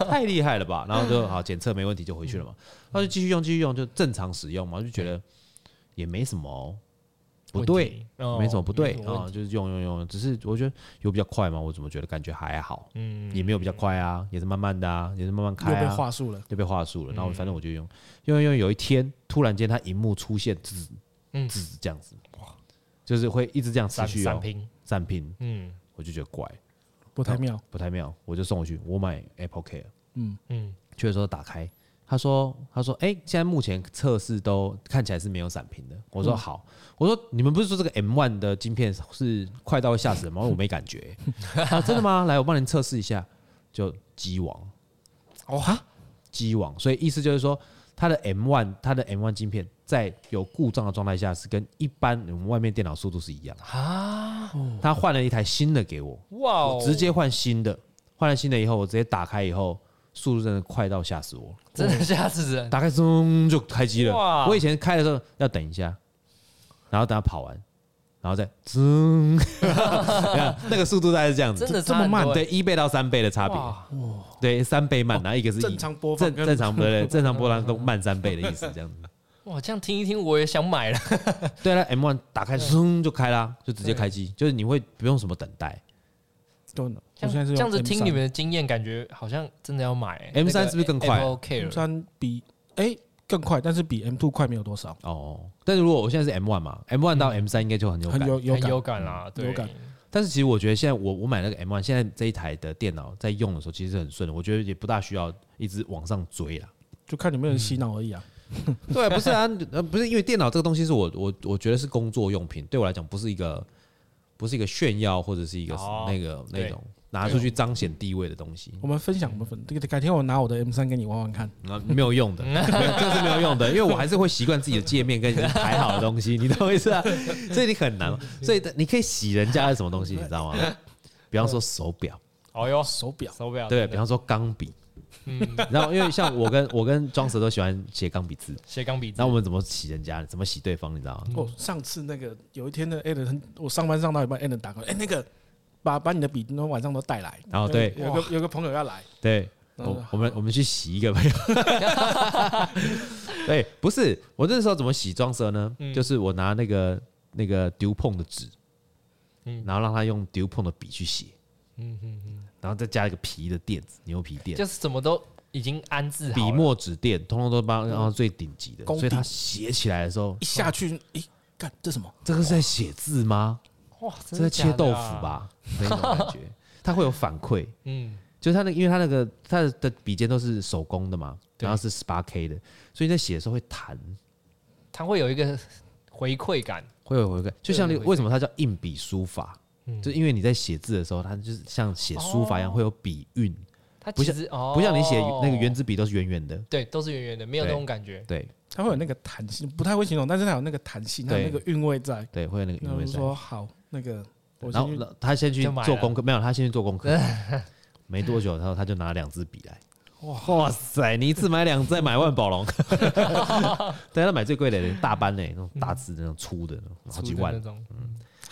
[SPEAKER 1] 太 厉害了吧？然后就好检测没问题就回去了嘛，那就继续用继续用，就正常使用嘛，就觉得也没什么哦、不对，
[SPEAKER 2] 哦
[SPEAKER 1] 没什么不对啊、就是用用用，只是我觉得有比较快吗？我怎么觉得感觉还好，
[SPEAKER 2] 嗯
[SPEAKER 1] 也没有比较快啊，也是慢慢的啊，也是慢慢
[SPEAKER 3] 又
[SPEAKER 1] 开
[SPEAKER 3] 被
[SPEAKER 1] 啊，
[SPEAKER 3] 话术了，
[SPEAKER 1] 就被话术了。然后反正我就用用用用，有一天突然间它荧幕出现滋
[SPEAKER 2] 嗯
[SPEAKER 1] 滋这样子，就是会一直这样持
[SPEAKER 2] 闪
[SPEAKER 1] 续
[SPEAKER 2] 闪
[SPEAKER 1] 哦，
[SPEAKER 2] 屏，
[SPEAKER 1] 闪屏，
[SPEAKER 2] 嗯
[SPEAKER 1] 我就觉得怪
[SPEAKER 3] 不太妙。
[SPEAKER 1] 不太妙，我就送回去，我买 Apple Care，
[SPEAKER 3] 嗯，
[SPEAKER 2] 嗯，
[SPEAKER 1] 去的时候打开，他说他说哎、现在目前测试都看起来是没有闪屏的。我说好，我说你们不是说这个 M one 的晶片是快到会吓死人吗？我没感觉、他说真的吗？来，我帮您测试一下，就机王。
[SPEAKER 2] 哦哈，
[SPEAKER 1] 机网，所以意思就是说，它的 M one 它的 M one 晶片在有故障的状态下是跟一般我们外面电脑速度是一样的啊。他换了一台新的给我，
[SPEAKER 2] 哇哦
[SPEAKER 1] 我，直接换新的，换了新的以后，我直接打开以后，速度真的快到吓死我了。
[SPEAKER 2] 真的吓死人，
[SPEAKER 1] 打开嗡就开机了。
[SPEAKER 2] 嗯哇
[SPEAKER 1] 我以前开的时候要等一下，然后等它跑完，然后再噌，那个速度大概是这样子，
[SPEAKER 2] 真的
[SPEAKER 3] 这么慢
[SPEAKER 2] 差很多
[SPEAKER 1] 对一倍到三倍的差别，
[SPEAKER 2] 哇
[SPEAKER 1] 对三倍慢，啊然后一个是一
[SPEAKER 3] 正常播放
[SPEAKER 1] 正
[SPEAKER 3] 跟
[SPEAKER 1] 正常不对，正常波浪都慢三倍的意思，这样子。
[SPEAKER 2] 哇，这样听一听我也 想买了，
[SPEAKER 1] 对了，M one 打开噌就开啦，就直接开机，就是你会不用什么等待。
[SPEAKER 3] 对，我
[SPEAKER 2] 这
[SPEAKER 3] 现在
[SPEAKER 2] 样
[SPEAKER 3] 是
[SPEAKER 2] 这样子听你
[SPEAKER 3] 你
[SPEAKER 2] 们的经验，感觉好像真的要买、欸。
[SPEAKER 1] M3 是不是更快
[SPEAKER 2] ？OK 了，
[SPEAKER 3] 三比哎更快，但是比 M two 快没有多少，
[SPEAKER 1] 哦，但是如果我现在是 M one 嘛，M one 到 M 三应该就很有
[SPEAKER 3] 很
[SPEAKER 1] 感。嗯
[SPEAKER 3] 有有
[SPEAKER 2] 很
[SPEAKER 3] 感
[SPEAKER 2] 有感啦，对，
[SPEAKER 3] 有感
[SPEAKER 1] 但是其实我觉得现在我我买那个 M one，现在这一台的电脑在用的时候其实是很顺的，我觉得也不大需要一直往上追啦。
[SPEAKER 3] 就看
[SPEAKER 1] 嗯
[SPEAKER 3] 有没有人洗脑而已啊。
[SPEAKER 1] 对，不是啊，呃，不是因为电脑这个东西是我我我觉得是工作用品，对我来讲不是一个不是一个炫耀或者是一个
[SPEAKER 2] 哦
[SPEAKER 1] 那个那
[SPEAKER 2] 对
[SPEAKER 1] 种拿出去彰显地位的东西。
[SPEAKER 3] 我们分享，我们分这个改天我拿我的 M 三给你玩玩看。
[SPEAKER 1] 啊，没有 用的，没有这是没有用的，因为我还是会习惯自己的界面跟已经排好的东西，你懂我意思 啊？所以你很难，所以你可以洗人家的什么东西，你知道吗？比方说手表，
[SPEAKER 2] 哦哟，
[SPEAKER 3] 手表
[SPEAKER 2] 手表
[SPEAKER 1] 对，
[SPEAKER 2] 真
[SPEAKER 1] 比
[SPEAKER 2] 的嗯
[SPEAKER 1] 方说钢笔， 然后因为像我跟我跟庄蛇都喜欢写钢笔字，
[SPEAKER 2] 斜钢笔字
[SPEAKER 1] 然后我们怎么洗人家，怎么洗对方，你知道
[SPEAKER 2] 嗯
[SPEAKER 1] 吗？
[SPEAKER 3] 哦，上次那个有一天呢 a l a n 很，我上班上到一半 a l a n 打过来，哎、那个把把你的笔那晚上都带来。
[SPEAKER 1] 然后哦对
[SPEAKER 2] 嗯
[SPEAKER 3] 有个有个朋友要来，
[SPEAKER 1] 对，我我们我们去洗一个朋友。 对，不是我那时候怎么洗装蛇呢？
[SPEAKER 2] 嗯
[SPEAKER 1] 就是我拿那个那个 DuPont 的纸，
[SPEAKER 2] 嗯
[SPEAKER 1] 然后让他用 DuPont 的笔去写，然后再加一个皮的垫子，牛皮垫
[SPEAKER 2] 就，是什么都已经安置好了嗯
[SPEAKER 1] 笔墨纸垫，通通都帮然后最顶级的，
[SPEAKER 3] 工
[SPEAKER 1] 所以他
[SPEAKER 3] 地
[SPEAKER 1] 写起来的时候
[SPEAKER 3] 一，下去，咦、干这什么？
[SPEAKER 1] 这个是在写字吗？
[SPEAKER 2] 哇，
[SPEAKER 1] 这
[SPEAKER 2] 真
[SPEAKER 1] 在
[SPEAKER 2] 的
[SPEAKER 1] 切豆腐
[SPEAKER 2] 假的啊？
[SPEAKER 1] 吧？那种感觉， 他会有反馈。
[SPEAKER 2] 嗯，
[SPEAKER 1] 就是他那个，因为他那个他的笔尖都是手工的嘛，
[SPEAKER 2] 对
[SPEAKER 1] 然后是十八 K 的，所以你在写的时候会弹，
[SPEAKER 2] 它会有一个回馈感，
[SPEAKER 1] 会有回馈。就像那个
[SPEAKER 2] 会有回馈嗯
[SPEAKER 1] 为什么它叫硬笔书法，就因为你在写字的时候，它就是像写书法一样会有笔韵，
[SPEAKER 2] 它
[SPEAKER 1] 不
[SPEAKER 2] 其
[SPEAKER 1] 像
[SPEAKER 2] 实哦，
[SPEAKER 1] 不像你写那个圆珠笔都是圆圆的。
[SPEAKER 2] 对，都是圆圆的，没有
[SPEAKER 1] 对
[SPEAKER 2] 那种感觉。
[SPEAKER 1] 对
[SPEAKER 3] 它会有那个弹性，不太会形容，但是它有那个弹性，它有那
[SPEAKER 1] 对
[SPEAKER 3] 个韵味在。
[SPEAKER 1] 对，会有那个
[SPEAKER 3] 那
[SPEAKER 1] 韵
[SPEAKER 3] 我
[SPEAKER 1] 味
[SPEAKER 3] 就
[SPEAKER 1] 在。
[SPEAKER 3] 说好，那个我
[SPEAKER 1] 然
[SPEAKER 3] 先
[SPEAKER 1] 后
[SPEAKER 3] 去
[SPEAKER 1] 然后他先去
[SPEAKER 2] 就买了
[SPEAKER 1] 做功课，没有，他先去做功课，没多久，然后他就拿两支笔来。哇塞！你一次买两支，再买万宝龙， 对，他买最贵的大班的那种大支的那种粗的，好几
[SPEAKER 2] 出的
[SPEAKER 1] 万嗯
[SPEAKER 2] 那。种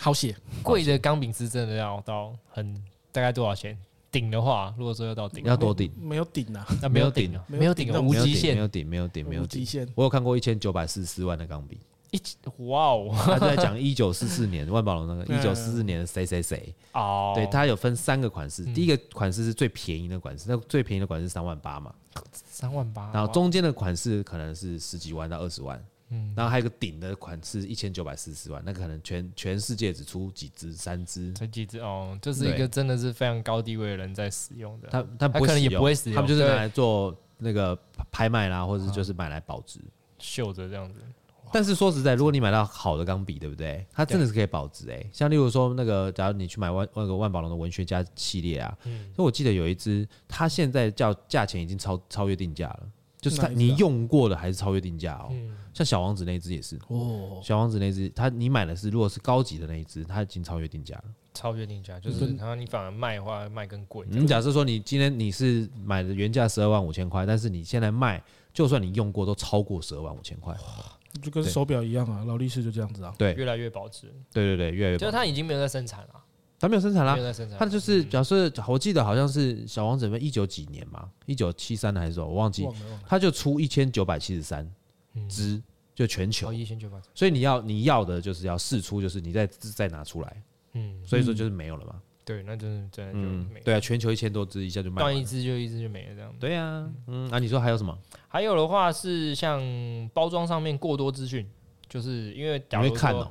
[SPEAKER 3] 好写，
[SPEAKER 2] 贵的钢笔是真的要到很大概多少钱？顶的话，如果说要到顶，
[SPEAKER 1] 要多顶，
[SPEAKER 3] 没有顶啊，
[SPEAKER 2] 那
[SPEAKER 1] 没
[SPEAKER 2] 没
[SPEAKER 1] 有
[SPEAKER 2] 有顶
[SPEAKER 1] 顶
[SPEAKER 2] 了，没有顶啊了，无极
[SPEAKER 1] 没
[SPEAKER 2] 限，
[SPEAKER 1] 有顶，没有顶，没有
[SPEAKER 3] 无极
[SPEAKER 1] 顶。
[SPEAKER 3] 限。
[SPEAKER 1] 我有看过一千九百四十四万的钢笔，
[SPEAKER 2] 一哇哦
[SPEAKER 1] 他就在讲一九四四年万宝龙那个一
[SPEAKER 3] 嗯
[SPEAKER 1] 九四四年的谁谁谁，
[SPEAKER 2] 哦，
[SPEAKER 1] 对，它有分三个款式，第一个款式是最便宜的款式，那最便宜的款式三万八嘛，
[SPEAKER 2] 三万八，
[SPEAKER 1] 然后中间的款式可能是十几万到二十万，
[SPEAKER 2] 嗯
[SPEAKER 1] 然后还有个顶的款式一千九百四十万，那可能全全世界只出几支三支，
[SPEAKER 2] 这几支哦，这是一个真的是非常高地位的人在使用的。
[SPEAKER 1] 他他
[SPEAKER 2] 它可能也不会使用
[SPEAKER 1] 他们就是拿
[SPEAKER 2] 对嗯
[SPEAKER 1] 来做那个拍卖啦，或者就是买来保值。
[SPEAKER 2] 秀着这样子，
[SPEAKER 3] 哦
[SPEAKER 1] 但是说实在，如果你买到好的钢笔，对不对？它真的是可以保值哎、像例如说那个，假如你去买万那个万宝龙的文学家系列啊，
[SPEAKER 3] 嗯
[SPEAKER 1] 所以我记得有一支，它现在叫价钱已经超超越定价了，就是它
[SPEAKER 3] 哪一支啊嗯
[SPEAKER 1] 你用过的还是超越定价哦。像小王子那一只也是，
[SPEAKER 3] 哦，
[SPEAKER 1] 小王子那只它你买的是如果是高级的那一只，它已经超越定价了。
[SPEAKER 2] 超越定价，
[SPEAKER 1] 嗯
[SPEAKER 2] 就是然后你反而卖的话卖更贵。
[SPEAKER 1] 你嗯假设说你今天你是买的原价十二万五千块，但是你现在卖，就算你用过都超过十二万五千块。
[SPEAKER 3] 就跟
[SPEAKER 1] 对
[SPEAKER 3] 手表一样啊，劳力士就这样子啊。
[SPEAKER 1] 对
[SPEAKER 2] 越来越保值，
[SPEAKER 1] 对对对，越来越
[SPEAKER 2] 就
[SPEAKER 1] 保
[SPEAKER 2] 是
[SPEAKER 1] 值。
[SPEAKER 2] 它已经没有在生产了，
[SPEAKER 1] 它没有生产啦
[SPEAKER 2] 没，有在生产
[SPEAKER 1] 他
[SPEAKER 2] 了，
[SPEAKER 1] 就是表示，我记得好像是小王子们一九几年嘛，一九七三还是什么，我忘记
[SPEAKER 3] 忘，了忘了，
[SPEAKER 1] 他就出一千九百七十三只，就全球
[SPEAKER 2] 哦，。一千九百，
[SPEAKER 1] 所以你要你要的就是要试出，就是你再再拿出来，
[SPEAKER 2] 嗯，
[SPEAKER 1] 所以说就是没有了嘛。
[SPEAKER 2] 对，那真的真的就
[SPEAKER 1] 嗯
[SPEAKER 2] 没，，
[SPEAKER 1] 对啊，全球一千多只一下就卖
[SPEAKER 2] 断
[SPEAKER 1] 完
[SPEAKER 2] 一
[SPEAKER 1] 了。
[SPEAKER 2] 只就一只就没了这样。
[SPEAKER 1] 对啊，嗯，啊，你说还有什么？
[SPEAKER 2] 还有的话是像包装上面过多资讯，就是因为
[SPEAKER 1] 你
[SPEAKER 2] 假
[SPEAKER 1] 会
[SPEAKER 2] 如
[SPEAKER 1] 看
[SPEAKER 2] 说
[SPEAKER 1] 哦，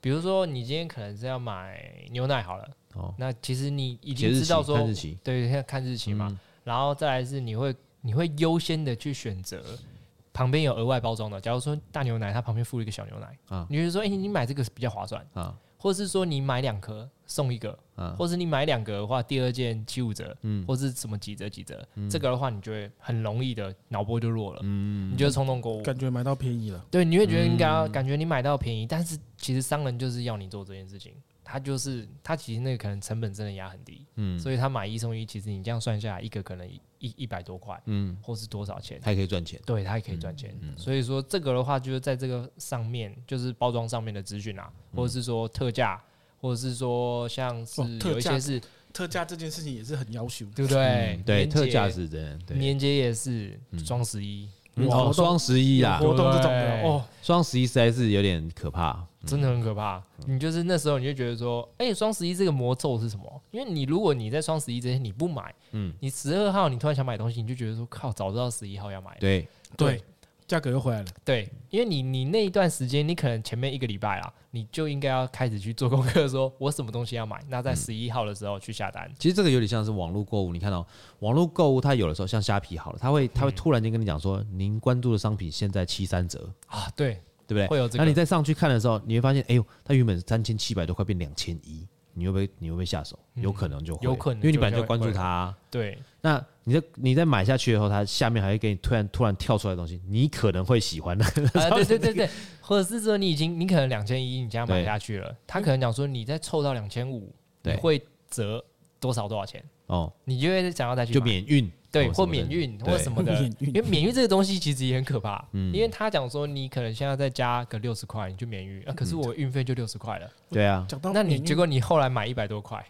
[SPEAKER 2] 比如说你今天可能是要买牛奶好了，
[SPEAKER 1] 哦
[SPEAKER 2] 那其实你已
[SPEAKER 1] 写日
[SPEAKER 2] 经知
[SPEAKER 1] 期嗯
[SPEAKER 2] 道说
[SPEAKER 1] 看日期，
[SPEAKER 2] 对，看日期嘛，然后再来是你会你会优先的去选择旁边有额外包装的。假如说大牛奶，它旁边附了一个小牛奶，
[SPEAKER 1] 啊
[SPEAKER 2] 你就说，哎、你买这个比较划算，
[SPEAKER 1] 啊
[SPEAKER 2] 或是说你买两颗送一个，
[SPEAKER 1] 啊
[SPEAKER 2] 或是你买两个的话，第二件七五折，
[SPEAKER 1] 嗯
[SPEAKER 2] 或是什么几折几折，这个的话，你就会很容易的脑波就弱了，
[SPEAKER 1] 嗯
[SPEAKER 2] 你就会冲动购物，
[SPEAKER 3] 感觉买到便宜了。
[SPEAKER 2] 对，你会觉得应该要感觉你买到便宜，但是其实商人就是要你做这件事情，他就是他其实那个可能成本真的压很低，
[SPEAKER 1] 嗯
[SPEAKER 2] 所以他买一送一，其实你这样算下来，一个可能一一一百多块
[SPEAKER 1] 嗯，
[SPEAKER 2] 或是多少钱，
[SPEAKER 1] 还可以赚钱。
[SPEAKER 2] 对，他也可以赚钱。所以说这个的话，就是在这个上面，就是包装上面的资讯啊，或
[SPEAKER 1] 嗯
[SPEAKER 2] 者是说特价，或者是说像是
[SPEAKER 3] 哦特
[SPEAKER 2] 有一些
[SPEAKER 3] 价
[SPEAKER 2] 是，
[SPEAKER 3] 特价这件事情也是很要求，
[SPEAKER 2] 对不对
[SPEAKER 1] 嗯？对，
[SPEAKER 2] 哎年
[SPEAKER 1] 特价
[SPEAKER 2] 节
[SPEAKER 1] 是真的。对，
[SPEAKER 2] 年节也是，双十一
[SPEAKER 1] 嗯
[SPEAKER 3] 活
[SPEAKER 1] 哦，
[SPEAKER 3] 动
[SPEAKER 1] 双十一
[SPEAKER 3] 有
[SPEAKER 1] 啦，
[SPEAKER 3] 活动这种
[SPEAKER 2] 对
[SPEAKER 3] 的哦，
[SPEAKER 1] 双十一实在是有点可怕。
[SPEAKER 2] 真的很可怕。
[SPEAKER 1] 嗯
[SPEAKER 2] 你就是那时候你就觉得说，哎，双十一这个魔咒是什么？因为你如果你在双十一这些你不买，
[SPEAKER 1] 嗯
[SPEAKER 2] 你十二号你突然想买东西，你就觉得说，靠，早知道十一号要买了。
[SPEAKER 1] 对，
[SPEAKER 3] 对，价格又回来了。
[SPEAKER 2] 对，因为你你那一段时间，你可能前面一个礼拜啦，你就应该要开始去做功课，说我什么东西要买，
[SPEAKER 1] 嗯
[SPEAKER 2] 那在十一号的时候去下单。
[SPEAKER 1] 其实这个有点像是网络购物。你看到、网络购物，它有的时候像虾皮好了，它
[SPEAKER 2] 嗯
[SPEAKER 1] 会它会突然间跟你讲说，您关注的商品现在七三折，
[SPEAKER 2] 啊，对，
[SPEAKER 1] 对不对？
[SPEAKER 2] 会有这个
[SPEAKER 1] 那你再上去看的时候，你会发现，哎呦，它原本三千七百多块变两千一，你会不会你会不会下手？有可能就会，
[SPEAKER 2] 嗯有可能
[SPEAKER 1] 因为你本来
[SPEAKER 2] 就
[SPEAKER 1] 就
[SPEAKER 2] 会
[SPEAKER 1] 关注
[SPEAKER 2] 会
[SPEAKER 1] 它啊、
[SPEAKER 2] 对，
[SPEAKER 1] 那你在你在买下去以后，它下面还会给你突然突然跳出来的东西，你可能会喜欢 的。
[SPEAKER 2] 啊，对对对对，或者是说你已经你可能两千一，你这样买
[SPEAKER 1] 对
[SPEAKER 2] 下去了，他可能讲说你再凑到两千五，你
[SPEAKER 1] 对
[SPEAKER 2] 会折多少多少钱，
[SPEAKER 1] 哦，
[SPEAKER 2] 你就会想要再去
[SPEAKER 1] 就
[SPEAKER 2] 买
[SPEAKER 1] 免运，
[SPEAKER 2] 对
[SPEAKER 1] 哦
[SPEAKER 2] 或
[SPEAKER 1] 什么的
[SPEAKER 2] 免运或
[SPEAKER 1] 对嗯
[SPEAKER 2] 什么的，
[SPEAKER 3] 免运
[SPEAKER 2] 因为免运这个东西其实也很可怕，因为他讲说你可能现在再加个六十块你就免运，啊，可是
[SPEAKER 1] 嗯
[SPEAKER 2] 我运费就六十块了，
[SPEAKER 1] 对啊，
[SPEAKER 3] 讲到
[SPEAKER 2] 那你
[SPEAKER 3] 哦免运
[SPEAKER 2] 结果你后来买一百多块。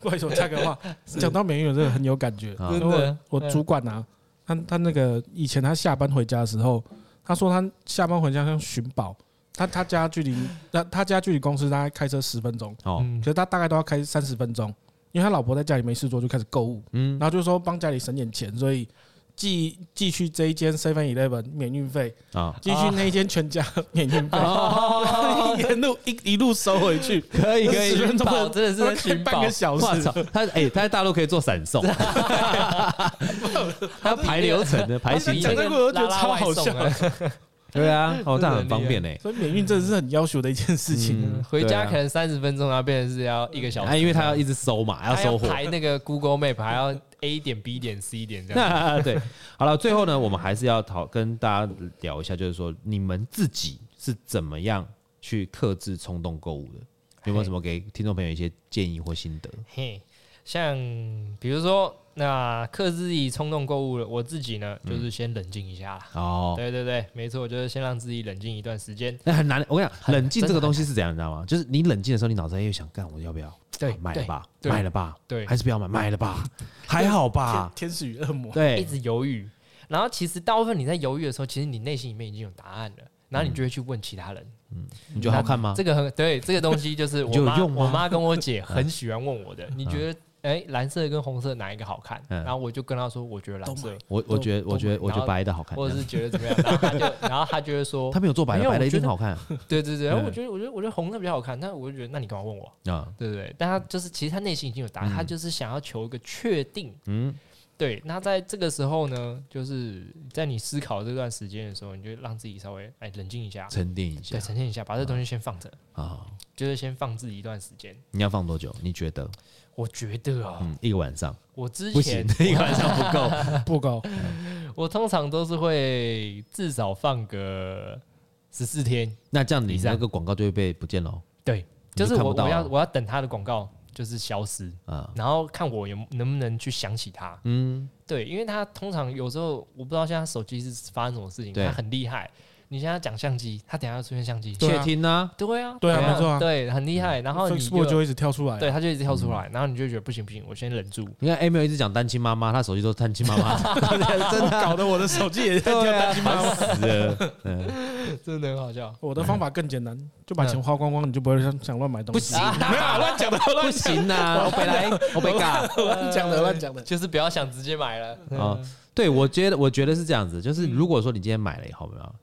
[SPEAKER 3] 不好意思，我插个话，讲到美元真的很有感觉。
[SPEAKER 1] 啊
[SPEAKER 3] 因为
[SPEAKER 2] 真的
[SPEAKER 3] 我我主管啊，他他那个以前他下班回家的时候，他说他下班回家像寻宝，他他家距离他他家距离公司大概开车十分钟，
[SPEAKER 1] 哦，
[SPEAKER 2] 嗯
[SPEAKER 3] 可，是他大概都要开三十分钟，因为他老婆在家里没事做就开始购物，
[SPEAKER 1] 嗯
[SPEAKER 3] 然后就说帮家里省点钱，所以寄寄去这一间 Seven Eleven 免运费，
[SPEAKER 1] 啊，
[SPEAKER 3] 寄去那一间全家 免运费，
[SPEAKER 2] 哦，
[SPEAKER 3] 一路一一路收回 去，
[SPEAKER 1] 可以可以，
[SPEAKER 3] 10分钟
[SPEAKER 2] 真的是在
[SPEAKER 3] 开
[SPEAKER 2] 寻
[SPEAKER 3] 半
[SPEAKER 2] 宝
[SPEAKER 3] 个，小
[SPEAKER 1] 我
[SPEAKER 3] 时，
[SPEAKER 1] 操，他哎、他在大陆可以做闪 送，他排流程 的
[SPEAKER 2] 哦
[SPEAKER 1] 排
[SPEAKER 3] 他
[SPEAKER 1] 行
[SPEAKER 3] 讲
[SPEAKER 1] 程，
[SPEAKER 3] 这个我觉得超好笑
[SPEAKER 2] 拉拉外送啊
[SPEAKER 1] 对 啊，哦，这样很
[SPEAKER 2] 真的很厉害
[SPEAKER 1] 方便嘞、
[SPEAKER 3] 所以免运真的是很要求的一件事情。
[SPEAKER 1] 嗯
[SPEAKER 2] 回
[SPEAKER 1] 对
[SPEAKER 2] 家
[SPEAKER 1] 啊
[SPEAKER 2] 可能三十分钟，然后变成是要一个小时。
[SPEAKER 1] 啊，因为他要一直收嘛，
[SPEAKER 2] 他
[SPEAKER 1] 收货。
[SPEAKER 2] 排那个 Google Map，还要 A 点 B 点 C 点这样。
[SPEAKER 1] 那 对，好了，最后呢，我们还是要讨跟大家聊一下，就是说你们自己是怎么样去克制冲动购物的？有
[SPEAKER 2] 哎
[SPEAKER 1] 没有什么给听众朋友一些建议或心得？
[SPEAKER 2] 嘿，像比如说，那克制自己冲动购物了，我自己呢，就是先冷静一下啦。
[SPEAKER 1] 嗯哦，
[SPEAKER 2] 对对对，没错，就是先让自己冷静一段时间。
[SPEAKER 1] 那很难。我跟你讲，冷静这个东西是怎样，你知道吗？就是你冷静的时候，你脑子又想干，我要不要？
[SPEAKER 2] 对
[SPEAKER 1] 啊买了吧，
[SPEAKER 2] 对
[SPEAKER 1] 买了吧，
[SPEAKER 2] 对
[SPEAKER 1] 还是不要买，买了吧，还好吧，
[SPEAKER 3] 天天使与恶魔，
[SPEAKER 2] 一
[SPEAKER 1] 对，
[SPEAKER 2] 直犹豫，然后其实大部分你在犹豫的时候，其实你内心里面已经有答案了，
[SPEAKER 1] 嗯
[SPEAKER 2] 然后你就会去问其他人。
[SPEAKER 1] 你觉得好看吗？
[SPEAKER 2] 这个很对，这个东西就是我
[SPEAKER 1] 啊就有
[SPEAKER 2] 妈，
[SPEAKER 1] 用吗
[SPEAKER 2] 我妈跟 我姐很喜欢问我的，你觉得哎、蓝色跟红色哪一个好看？
[SPEAKER 1] 嗯
[SPEAKER 2] 然后我就跟她说，我觉得蓝
[SPEAKER 3] 都
[SPEAKER 2] 色，
[SPEAKER 1] 我我觉得，我觉得，
[SPEAKER 2] 都
[SPEAKER 1] 我觉
[SPEAKER 2] 然后
[SPEAKER 1] 得白的好看。
[SPEAKER 2] 或者是觉得怎么样？然后她就，然后她就会说
[SPEAKER 1] 哎他，没有做白
[SPEAKER 2] 没
[SPEAKER 1] 的，
[SPEAKER 2] 有
[SPEAKER 1] 白的
[SPEAKER 2] 我
[SPEAKER 1] 一
[SPEAKER 2] 觉
[SPEAKER 1] 定
[SPEAKER 2] 得
[SPEAKER 1] 好看
[SPEAKER 2] 对对对，
[SPEAKER 1] 嗯
[SPEAKER 2] 我觉得我觉得我觉得红色比较好看，但我就觉得那你干嘛问我？
[SPEAKER 1] 啊。
[SPEAKER 2] 对对对，但她就是其实她内心已经有答案，她就是想要求一个确定。
[SPEAKER 1] 嗯，
[SPEAKER 2] 对，那在这个时候呢，就是在你思考这段时间的时候，你就让自己稍微哎冷静一下，
[SPEAKER 1] 沉淀一下嗯
[SPEAKER 2] 对，沉淀一下，把这东西先放着，
[SPEAKER 1] 啊。
[SPEAKER 2] 就是先放置一段时间。
[SPEAKER 1] 你要放多久？你觉得？
[SPEAKER 2] 我觉得啊，
[SPEAKER 1] 嗯，一个晚上
[SPEAKER 2] 我之
[SPEAKER 1] 不行
[SPEAKER 2] 前，
[SPEAKER 1] 一个晚上不够。
[SPEAKER 3] 不高，
[SPEAKER 2] 我通常都是会至少放个十四天，
[SPEAKER 1] 那这样你
[SPEAKER 2] 以上
[SPEAKER 1] 那个广告就会被不见喽。
[SPEAKER 2] 对，
[SPEAKER 1] 你就
[SPEAKER 2] 就是
[SPEAKER 1] 看
[SPEAKER 2] 我
[SPEAKER 1] 不到
[SPEAKER 2] 我
[SPEAKER 1] 啊
[SPEAKER 2] 要我要等他的广告就是消失，
[SPEAKER 1] 啊，
[SPEAKER 2] 然后看我有能不能去想起他。
[SPEAKER 1] 嗯，
[SPEAKER 2] 对，因为他通常有时候我不知道现在手机是发生什么事情，
[SPEAKER 1] 对
[SPEAKER 2] 他很厉害。你现在讲相机，他等一下要出现相机，
[SPEAKER 3] 对
[SPEAKER 1] 窃
[SPEAKER 3] 啊
[SPEAKER 1] 听呢？
[SPEAKER 2] 对啊，
[SPEAKER 3] 对啊
[SPEAKER 2] 怎么样
[SPEAKER 3] 没错啊
[SPEAKER 2] 对，
[SPEAKER 1] 嗯
[SPEAKER 2] 很厉害。然后你
[SPEAKER 3] Facebook 就一直跳出来。
[SPEAKER 2] 对，他就一直跳出来，然后你就觉得不行不行，我先忍住。
[SPEAKER 1] 你看 Amy 一直讲单亲妈妈，她手机都是单亲妈妈，真的啊
[SPEAKER 3] 搞得我的手机也在跳
[SPEAKER 1] 对
[SPEAKER 3] 单
[SPEAKER 1] 啊，
[SPEAKER 3] 机版。
[SPEAKER 1] 烦死了。嗯，
[SPEAKER 2] 真的很好笑。
[SPEAKER 3] 我的方法更简单，就把钱花光光，你就不会想想乱买东
[SPEAKER 1] 不
[SPEAKER 3] 西。
[SPEAKER 1] 行，
[SPEAKER 3] 没有 嗯啊乱讲的，
[SPEAKER 1] 不
[SPEAKER 3] 乱讲
[SPEAKER 1] 行呐，我本来我被 尬。
[SPEAKER 3] 的， 乱讲的，乱讲的。
[SPEAKER 2] 就是不要想直接买了。
[SPEAKER 1] 啊，对，我觉得我觉得是这样子，就是如果说你今天买了以后，有没有？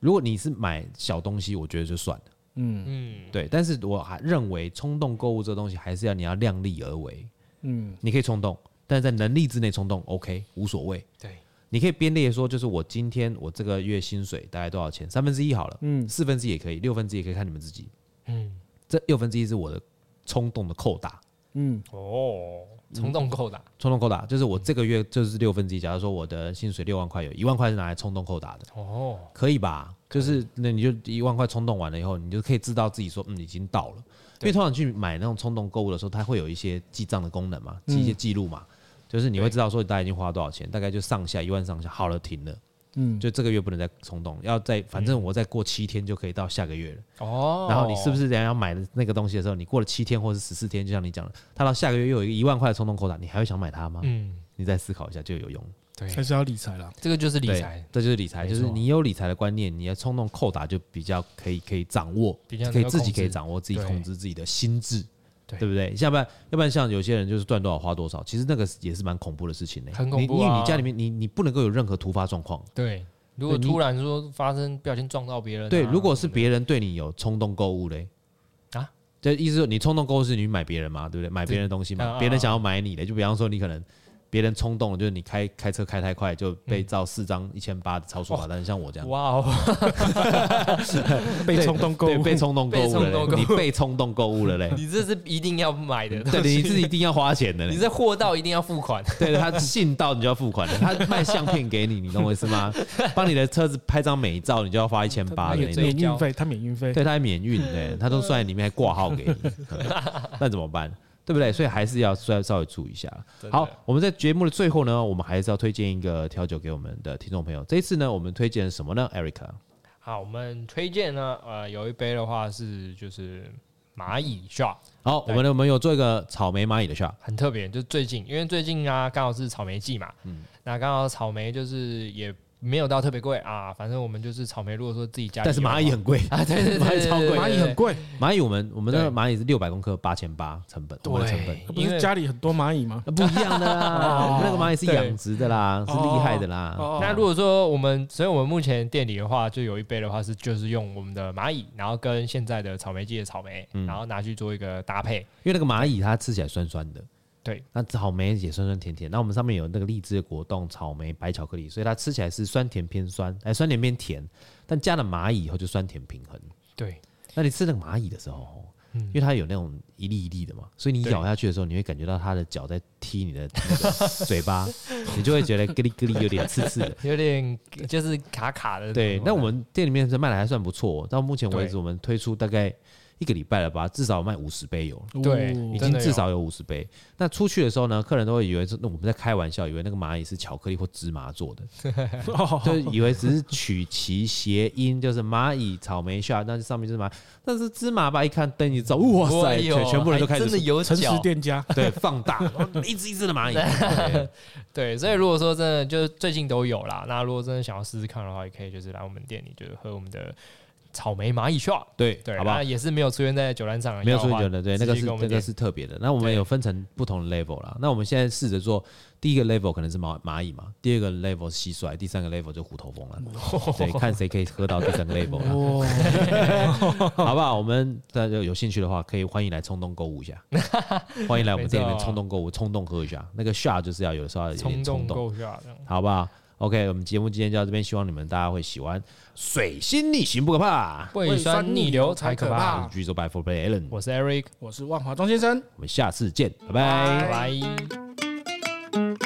[SPEAKER 1] 如果你是买小东西，我觉得就算了。
[SPEAKER 3] 嗯
[SPEAKER 2] 嗯，
[SPEAKER 1] 对，但是我还认为冲动购物这东西还是要你要量力而为。
[SPEAKER 3] 嗯，
[SPEAKER 1] 你可以冲动，但是在能力之内冲动，OK，无所谓。
[SPEAKER 2] 对，
[SPEAKER 1] 你可以编列说，就是我今天我这个月薪水大概多少钱，三分之一好了，
[SPEAKER 3] 嗯
[SPEAKER 1] 四分之一也可以，六分之一也可以看你们自己。
[SPEAKER 2] 嗯，
[SPEAKER 1] 这六分之一是我的冲动的扣打，
[SPEAKER 3] 嗯
[SPEAKER 2] 哦，冲动扣打，
[SPEAKER 1] 冲动扣打就是我这个月就是六分之一。假如说我的薪水六万块，有一万块是拿来冲动扣打的，
[SPEAKER 2] 哦，
[SPEAKER 1] 可以吧？就是那你就一万块冲动完了以后，你就可以知道自己说，嗯，已经到了。因
[SPEAKER 2] 对
[SPEAKER 1] 为通常去买那种冲动购物的时候，它会有一些记账的功能嘛，记一些记录嘛，就是你会
[SPEAKER 2] 对
[SPEAKER 1] 知道说你大概已经花多少钱，大概就上下一万上下，好了，停了，
[SPEAKER 3] 嗯，
[SPEAKER 1] 就这个月不能再冲动，要再反正我再过七天就可以到下个月了。
[SPEAKER 2] 哦，
[SPEAKER 1] 然后你是不是等下要买的那个东西的时候，你过了七天或是十四天，就像你讲的，它到下个月又有一个一万块的冲动扣打，你还会想买它吗？
[SPEAKER 2] 嗯，
[SPEAKER 1] 你再思考一下就有用了。
[SPEAKER 2] 对，
[SPEAKER 3] 还是要理财啦。
[SPEAKER 2] 这个就是理
[SPEAKER 1] 对
[SPEAKER 2] 财，
[SPEAKER 1] 这就是理财，
[SPEAKER 2] 没
[SPEAKER 1] 就是
[SPEAKER 2] 错
[SPEAKER 1] 你有理财的观念，你的冲动扣打就比较可以可以掌握，
[SPEAKER 2] 比较能
[SPEAKER 1] 可以
[SPEAKER 2] 够
[SPEAKER 1] 自己
[SPEAKER 2] 控
[SPEAKER 1] 可以
[SPEAKER 2] 制
[SPEAKER 1] 掌握自己
[SPEAKER 2] 对
[SPEAKER 1] 控制自己的心智，
[SPEAKER 2] 对
[SPEAKER 1] 不对？要不然要不然像有些人就是赚多少花多少，其实那个也是蛮恐怖的事情呢、
[SPEAKER 2] 很恐怖
[SPEAKER 1] 你因为
[SPEAKER 2] 啊
[SPEAKER 1] 你家里面你你不能够有任何突发状况。
[SPEAKER 2] 对，如果
[SPEAKER 1] 对你
[SPEAKER 2] 突然说发生不小心撞到别人啊，
[SPEAKER 1] 对，如果
[SPEAKER 2] 什
[SPEAKER 1] 是
[SPEAKER 2] 么的
[SPEAKER 1] 别人对你有冲动购物嘞，
[SPEAKER 2] 啊，
[SPEAKER 1] 这意思说你冲动购物是你买别人嘛，对不对？买别人的东西
[SPEAKER 2] 啊啊
[SPEAKER 1] 嘛，
[SPEAKER 2] 啊
[SPEAKER 1] 别人想要买你的，就比方说你可能别人冲动了，就是你开开车开太快就被照四张一千八的超速罚单，像我这样。
[SPEAKER 2] 嗯哇哦，
[SPEAKER 3] 被冲动购
[SPEAKER 1] 对，
[SPEAKER 3] 物，
[SPEAKER 1] 被冲动购
[SPEAKER 2] 被
[SPEAKER 1] 物
[SPEAKER 2] 冲动
[SPEAKER 1] 了
[SPEAKER 2] 购
[SPEAKER 1] 嘞，
[SPEAKER 2] 物，
[SPEAKER 1] 你被冲动购物了 嘞
[SPEAKER 2] 你这是一定要买的，
[SPEAKER 1] 嗯对，你是一定要花钱的
[SPEAKER 2] 你
[SPEAKER 1] 嘞。
[SPEAKER 2] 这货到一定要 付款，
[SPEAKER 1] 对他信到你就要付款了，他卖相片给你，你懂我意思 吗？帮你的车子拍张美照，你就要花一千八的
[SPEAKER 3] 免
[SPEAKER 1] 那种。
[SPEAKER 3] 免运费，他免运费，
[SPEAKER 1] 对，他还免运对，他都算在里面还挂号给你， 嗯那怎么办？对不对？所以还是要稍稍微注意一下。
[SPEAKER 2] 真的
[SPEAKER 1] 好，我们在节目的最后呢，我们还是要推荐一个调酒给我们的听众朋友。这一次呢，我们推荐什么呢？Erica，
[SPEAKER 2] 好，我们推荐呢，呃，有一杯的话是就是蚂蚁 shot，
[SPEAKER 1] 好，我
[SPEAKER 2] 对
[SPEAKER 1] 们呢我们有做一个草莓蚂蚁的 shot，
[SPEAKER 2] 很特别，就最近，因为最近啊刚好是草莓季嘛，嗯，那刚好草莓就是也没有到特别贵啊，反正我们就是草莓，如果说自己家里
[SPEAKER 1] 但是
[SPEAKER 2] 有
[SPEAKER 1] 蚂蚁
[SPEAKER 2] 嘛
[SPEAKER 1] 很贵，
[SPEAKER 2] 啊，对对对对
[SPEAKER 1] 蚂蚁
[SPEAKER 2] 对，
[SPEAKER 1] 超贵
[SPEAKER 3] 蚂蚁很贵，
[SPEAKER 1] 蚂蚁我们我们那个
[SPEAKER 2] 对
[SPEAKER 1] 蚂蚁是六百公克八千八成本，我们的成本
[SPEAKER 2] 对
[SPEAKER 3] 那不
[SPEAKER 2] 因为
[SPEAKER 3] 是家里很多蚂蚁吗？
[SPEAKER 1] 那不一样的 啦，我们那个蚂蚁是
[SPEAKER 2] 对
[SPEAKER 1] 养殖的啦，是厉害的啦。
[SPEAKER 3] 哦
[SPEAKER 2] 那如果说我们，所以我们目前店里的话，就有一杯的话是就是用我们的蚂蚁，然后跟现在的草莓季的草莓，
[SPEAKER 1] 嗯
[SPEAKER 2] 然后拿去做一个搭配。
[SPEAKER 1] 因为那个蚂蚁它吃起来酸酸的，
[SPEAKER 2] 对，
[SPEAKER 1] 那草莓也酸酸甜甜。那我们上面有那个荔枝的果冻、草莓、白巧克力，所以它吃起来是酸甜偏酸，哎，酸甜偏甜。但加了蚂蚁以后就酸甜平衡。
[SPEAKER 2] 对，
[SPEAKER 1] 那你吃那个蚂蚁的时候哦，因为它有那种一粒一粒的嘛，所以你
[SPEAKER 2] 嗯对
[SPEAKER 1] 咬下去的时候，你会感觉到它的脚在踢你的 那个嘴巴，你就会觉得咯哩咯哩有点刺刺 的。
[SPEAKER 2] 有点就是卡卡的。
[SPEAKER 1] 对，那我们店里面是卖的还算不错，到目前为止
[SPEAKER 2] 对
[SPEAKER 1] 我们推出大概一个礼拜了吧，至少卖五十杯有了。
[SPEAKER 2] 对
[SPEAKER 3] 哦
[SPEAKER 1] 已
[SPEAKER 2] 真
[SPEAKER 1] 经
[SPEAKER 2] 的有
[SPEAKER 1] 至少有五十杯。那出去的时候呢，客人都会以为是那我们在开玩笑，以为那个蚂蚁是巧克力或芝麻做的，
[SPEAKER 3] 哦
[SPEAKER 1] 就是以为只是取其谐音，就是蚂蚁草莓下，那上面就是蚂，那是芝麻吧？一看灯一照，哇塞，
[SPEAKER 2] 哎呦
[SPEAKER 1] 全全部人都开
[SPEAKER 2] 还真的
[SPEAKER 1] 始
[SPEAKER 2] 有
[SPEAKER 3] 诚实
[SPEAKER 2] 脚。
[SPEAKER 3] 店 家，
[SPEAKER 1] 对放 大，然后一只一只的蚂蚁。对
[SPEAKER 2] 对，所以如果说真的就是最近都有啦，那如果真的想要试试看的话，也可以就是来我们店里就是喝我们的草莓蚂蚁 shot。
[SPEAKER 1] 对
[SPEAKER 2] 对，哎
[SPEAKER 1] 好不好
[SPEAKER 2] 那？也是没有出现在酒单上的
[SPEAKER 1] 没有
[SPEAKER 2] 药的
[SPEAKER 1] 出
[SPEAKER 2] 话，
[SPEAKER 1] 酒的，对，那个是
[SPEAKER 2] 直接跟我
[SPEAKER 1] 那
[SPEAKER 2] 们
[SPEAKER 1] 个
[SPEAKER 2] 店
[SPEAKER 1] 是特别的。那我们
[SPEAKER 2] 对
[SPEAKER 1] 有分成不同的 level 啦。那我们现在试着做第一个 level 可能是蚂蚂蚁嘛，第二个 level 是蟋蟀，第三个 level 就虎头蜂 了。对，看谁可以喝到第三个 level 啦。
[SPEAKER 3] 哦，
[SPEAKER 1] 好不好？我们大家有兴趣的话，可以欢迎来冲动购物一 下，欢迎来我们店里面
[SPEAKER 2] 没错
[SPEAKER 1] 冲动购物，冲动喝一下。那个 shot 就是要有的时候要有
[SPEAKER 2] 冲
[SPEAKER 1] 点
[SPEAKER 2] 动
[SPEAKER 1] 冲动，
[SPEAKER 2] 购 shot 这样。
[SPEAKER 1] 好不好？OK，我们节目今天就到这边，希望你们大家会喜欢。水星逆行不可怕，
[SPEAKER 2] 胃酸逆流才可
[SPEAKER 3] 啊
[SPEAKER 2] 怕
[SPEAKER 1] 啊我。是 G 周 by Four Play Allen，
[SPEAKER 2] 我是 Eric，
[SPEAKER 3] 我是万华庄先生。
[SPEAKER 1] 我们下次见，拜拜
[SPEAKER 2] 拜。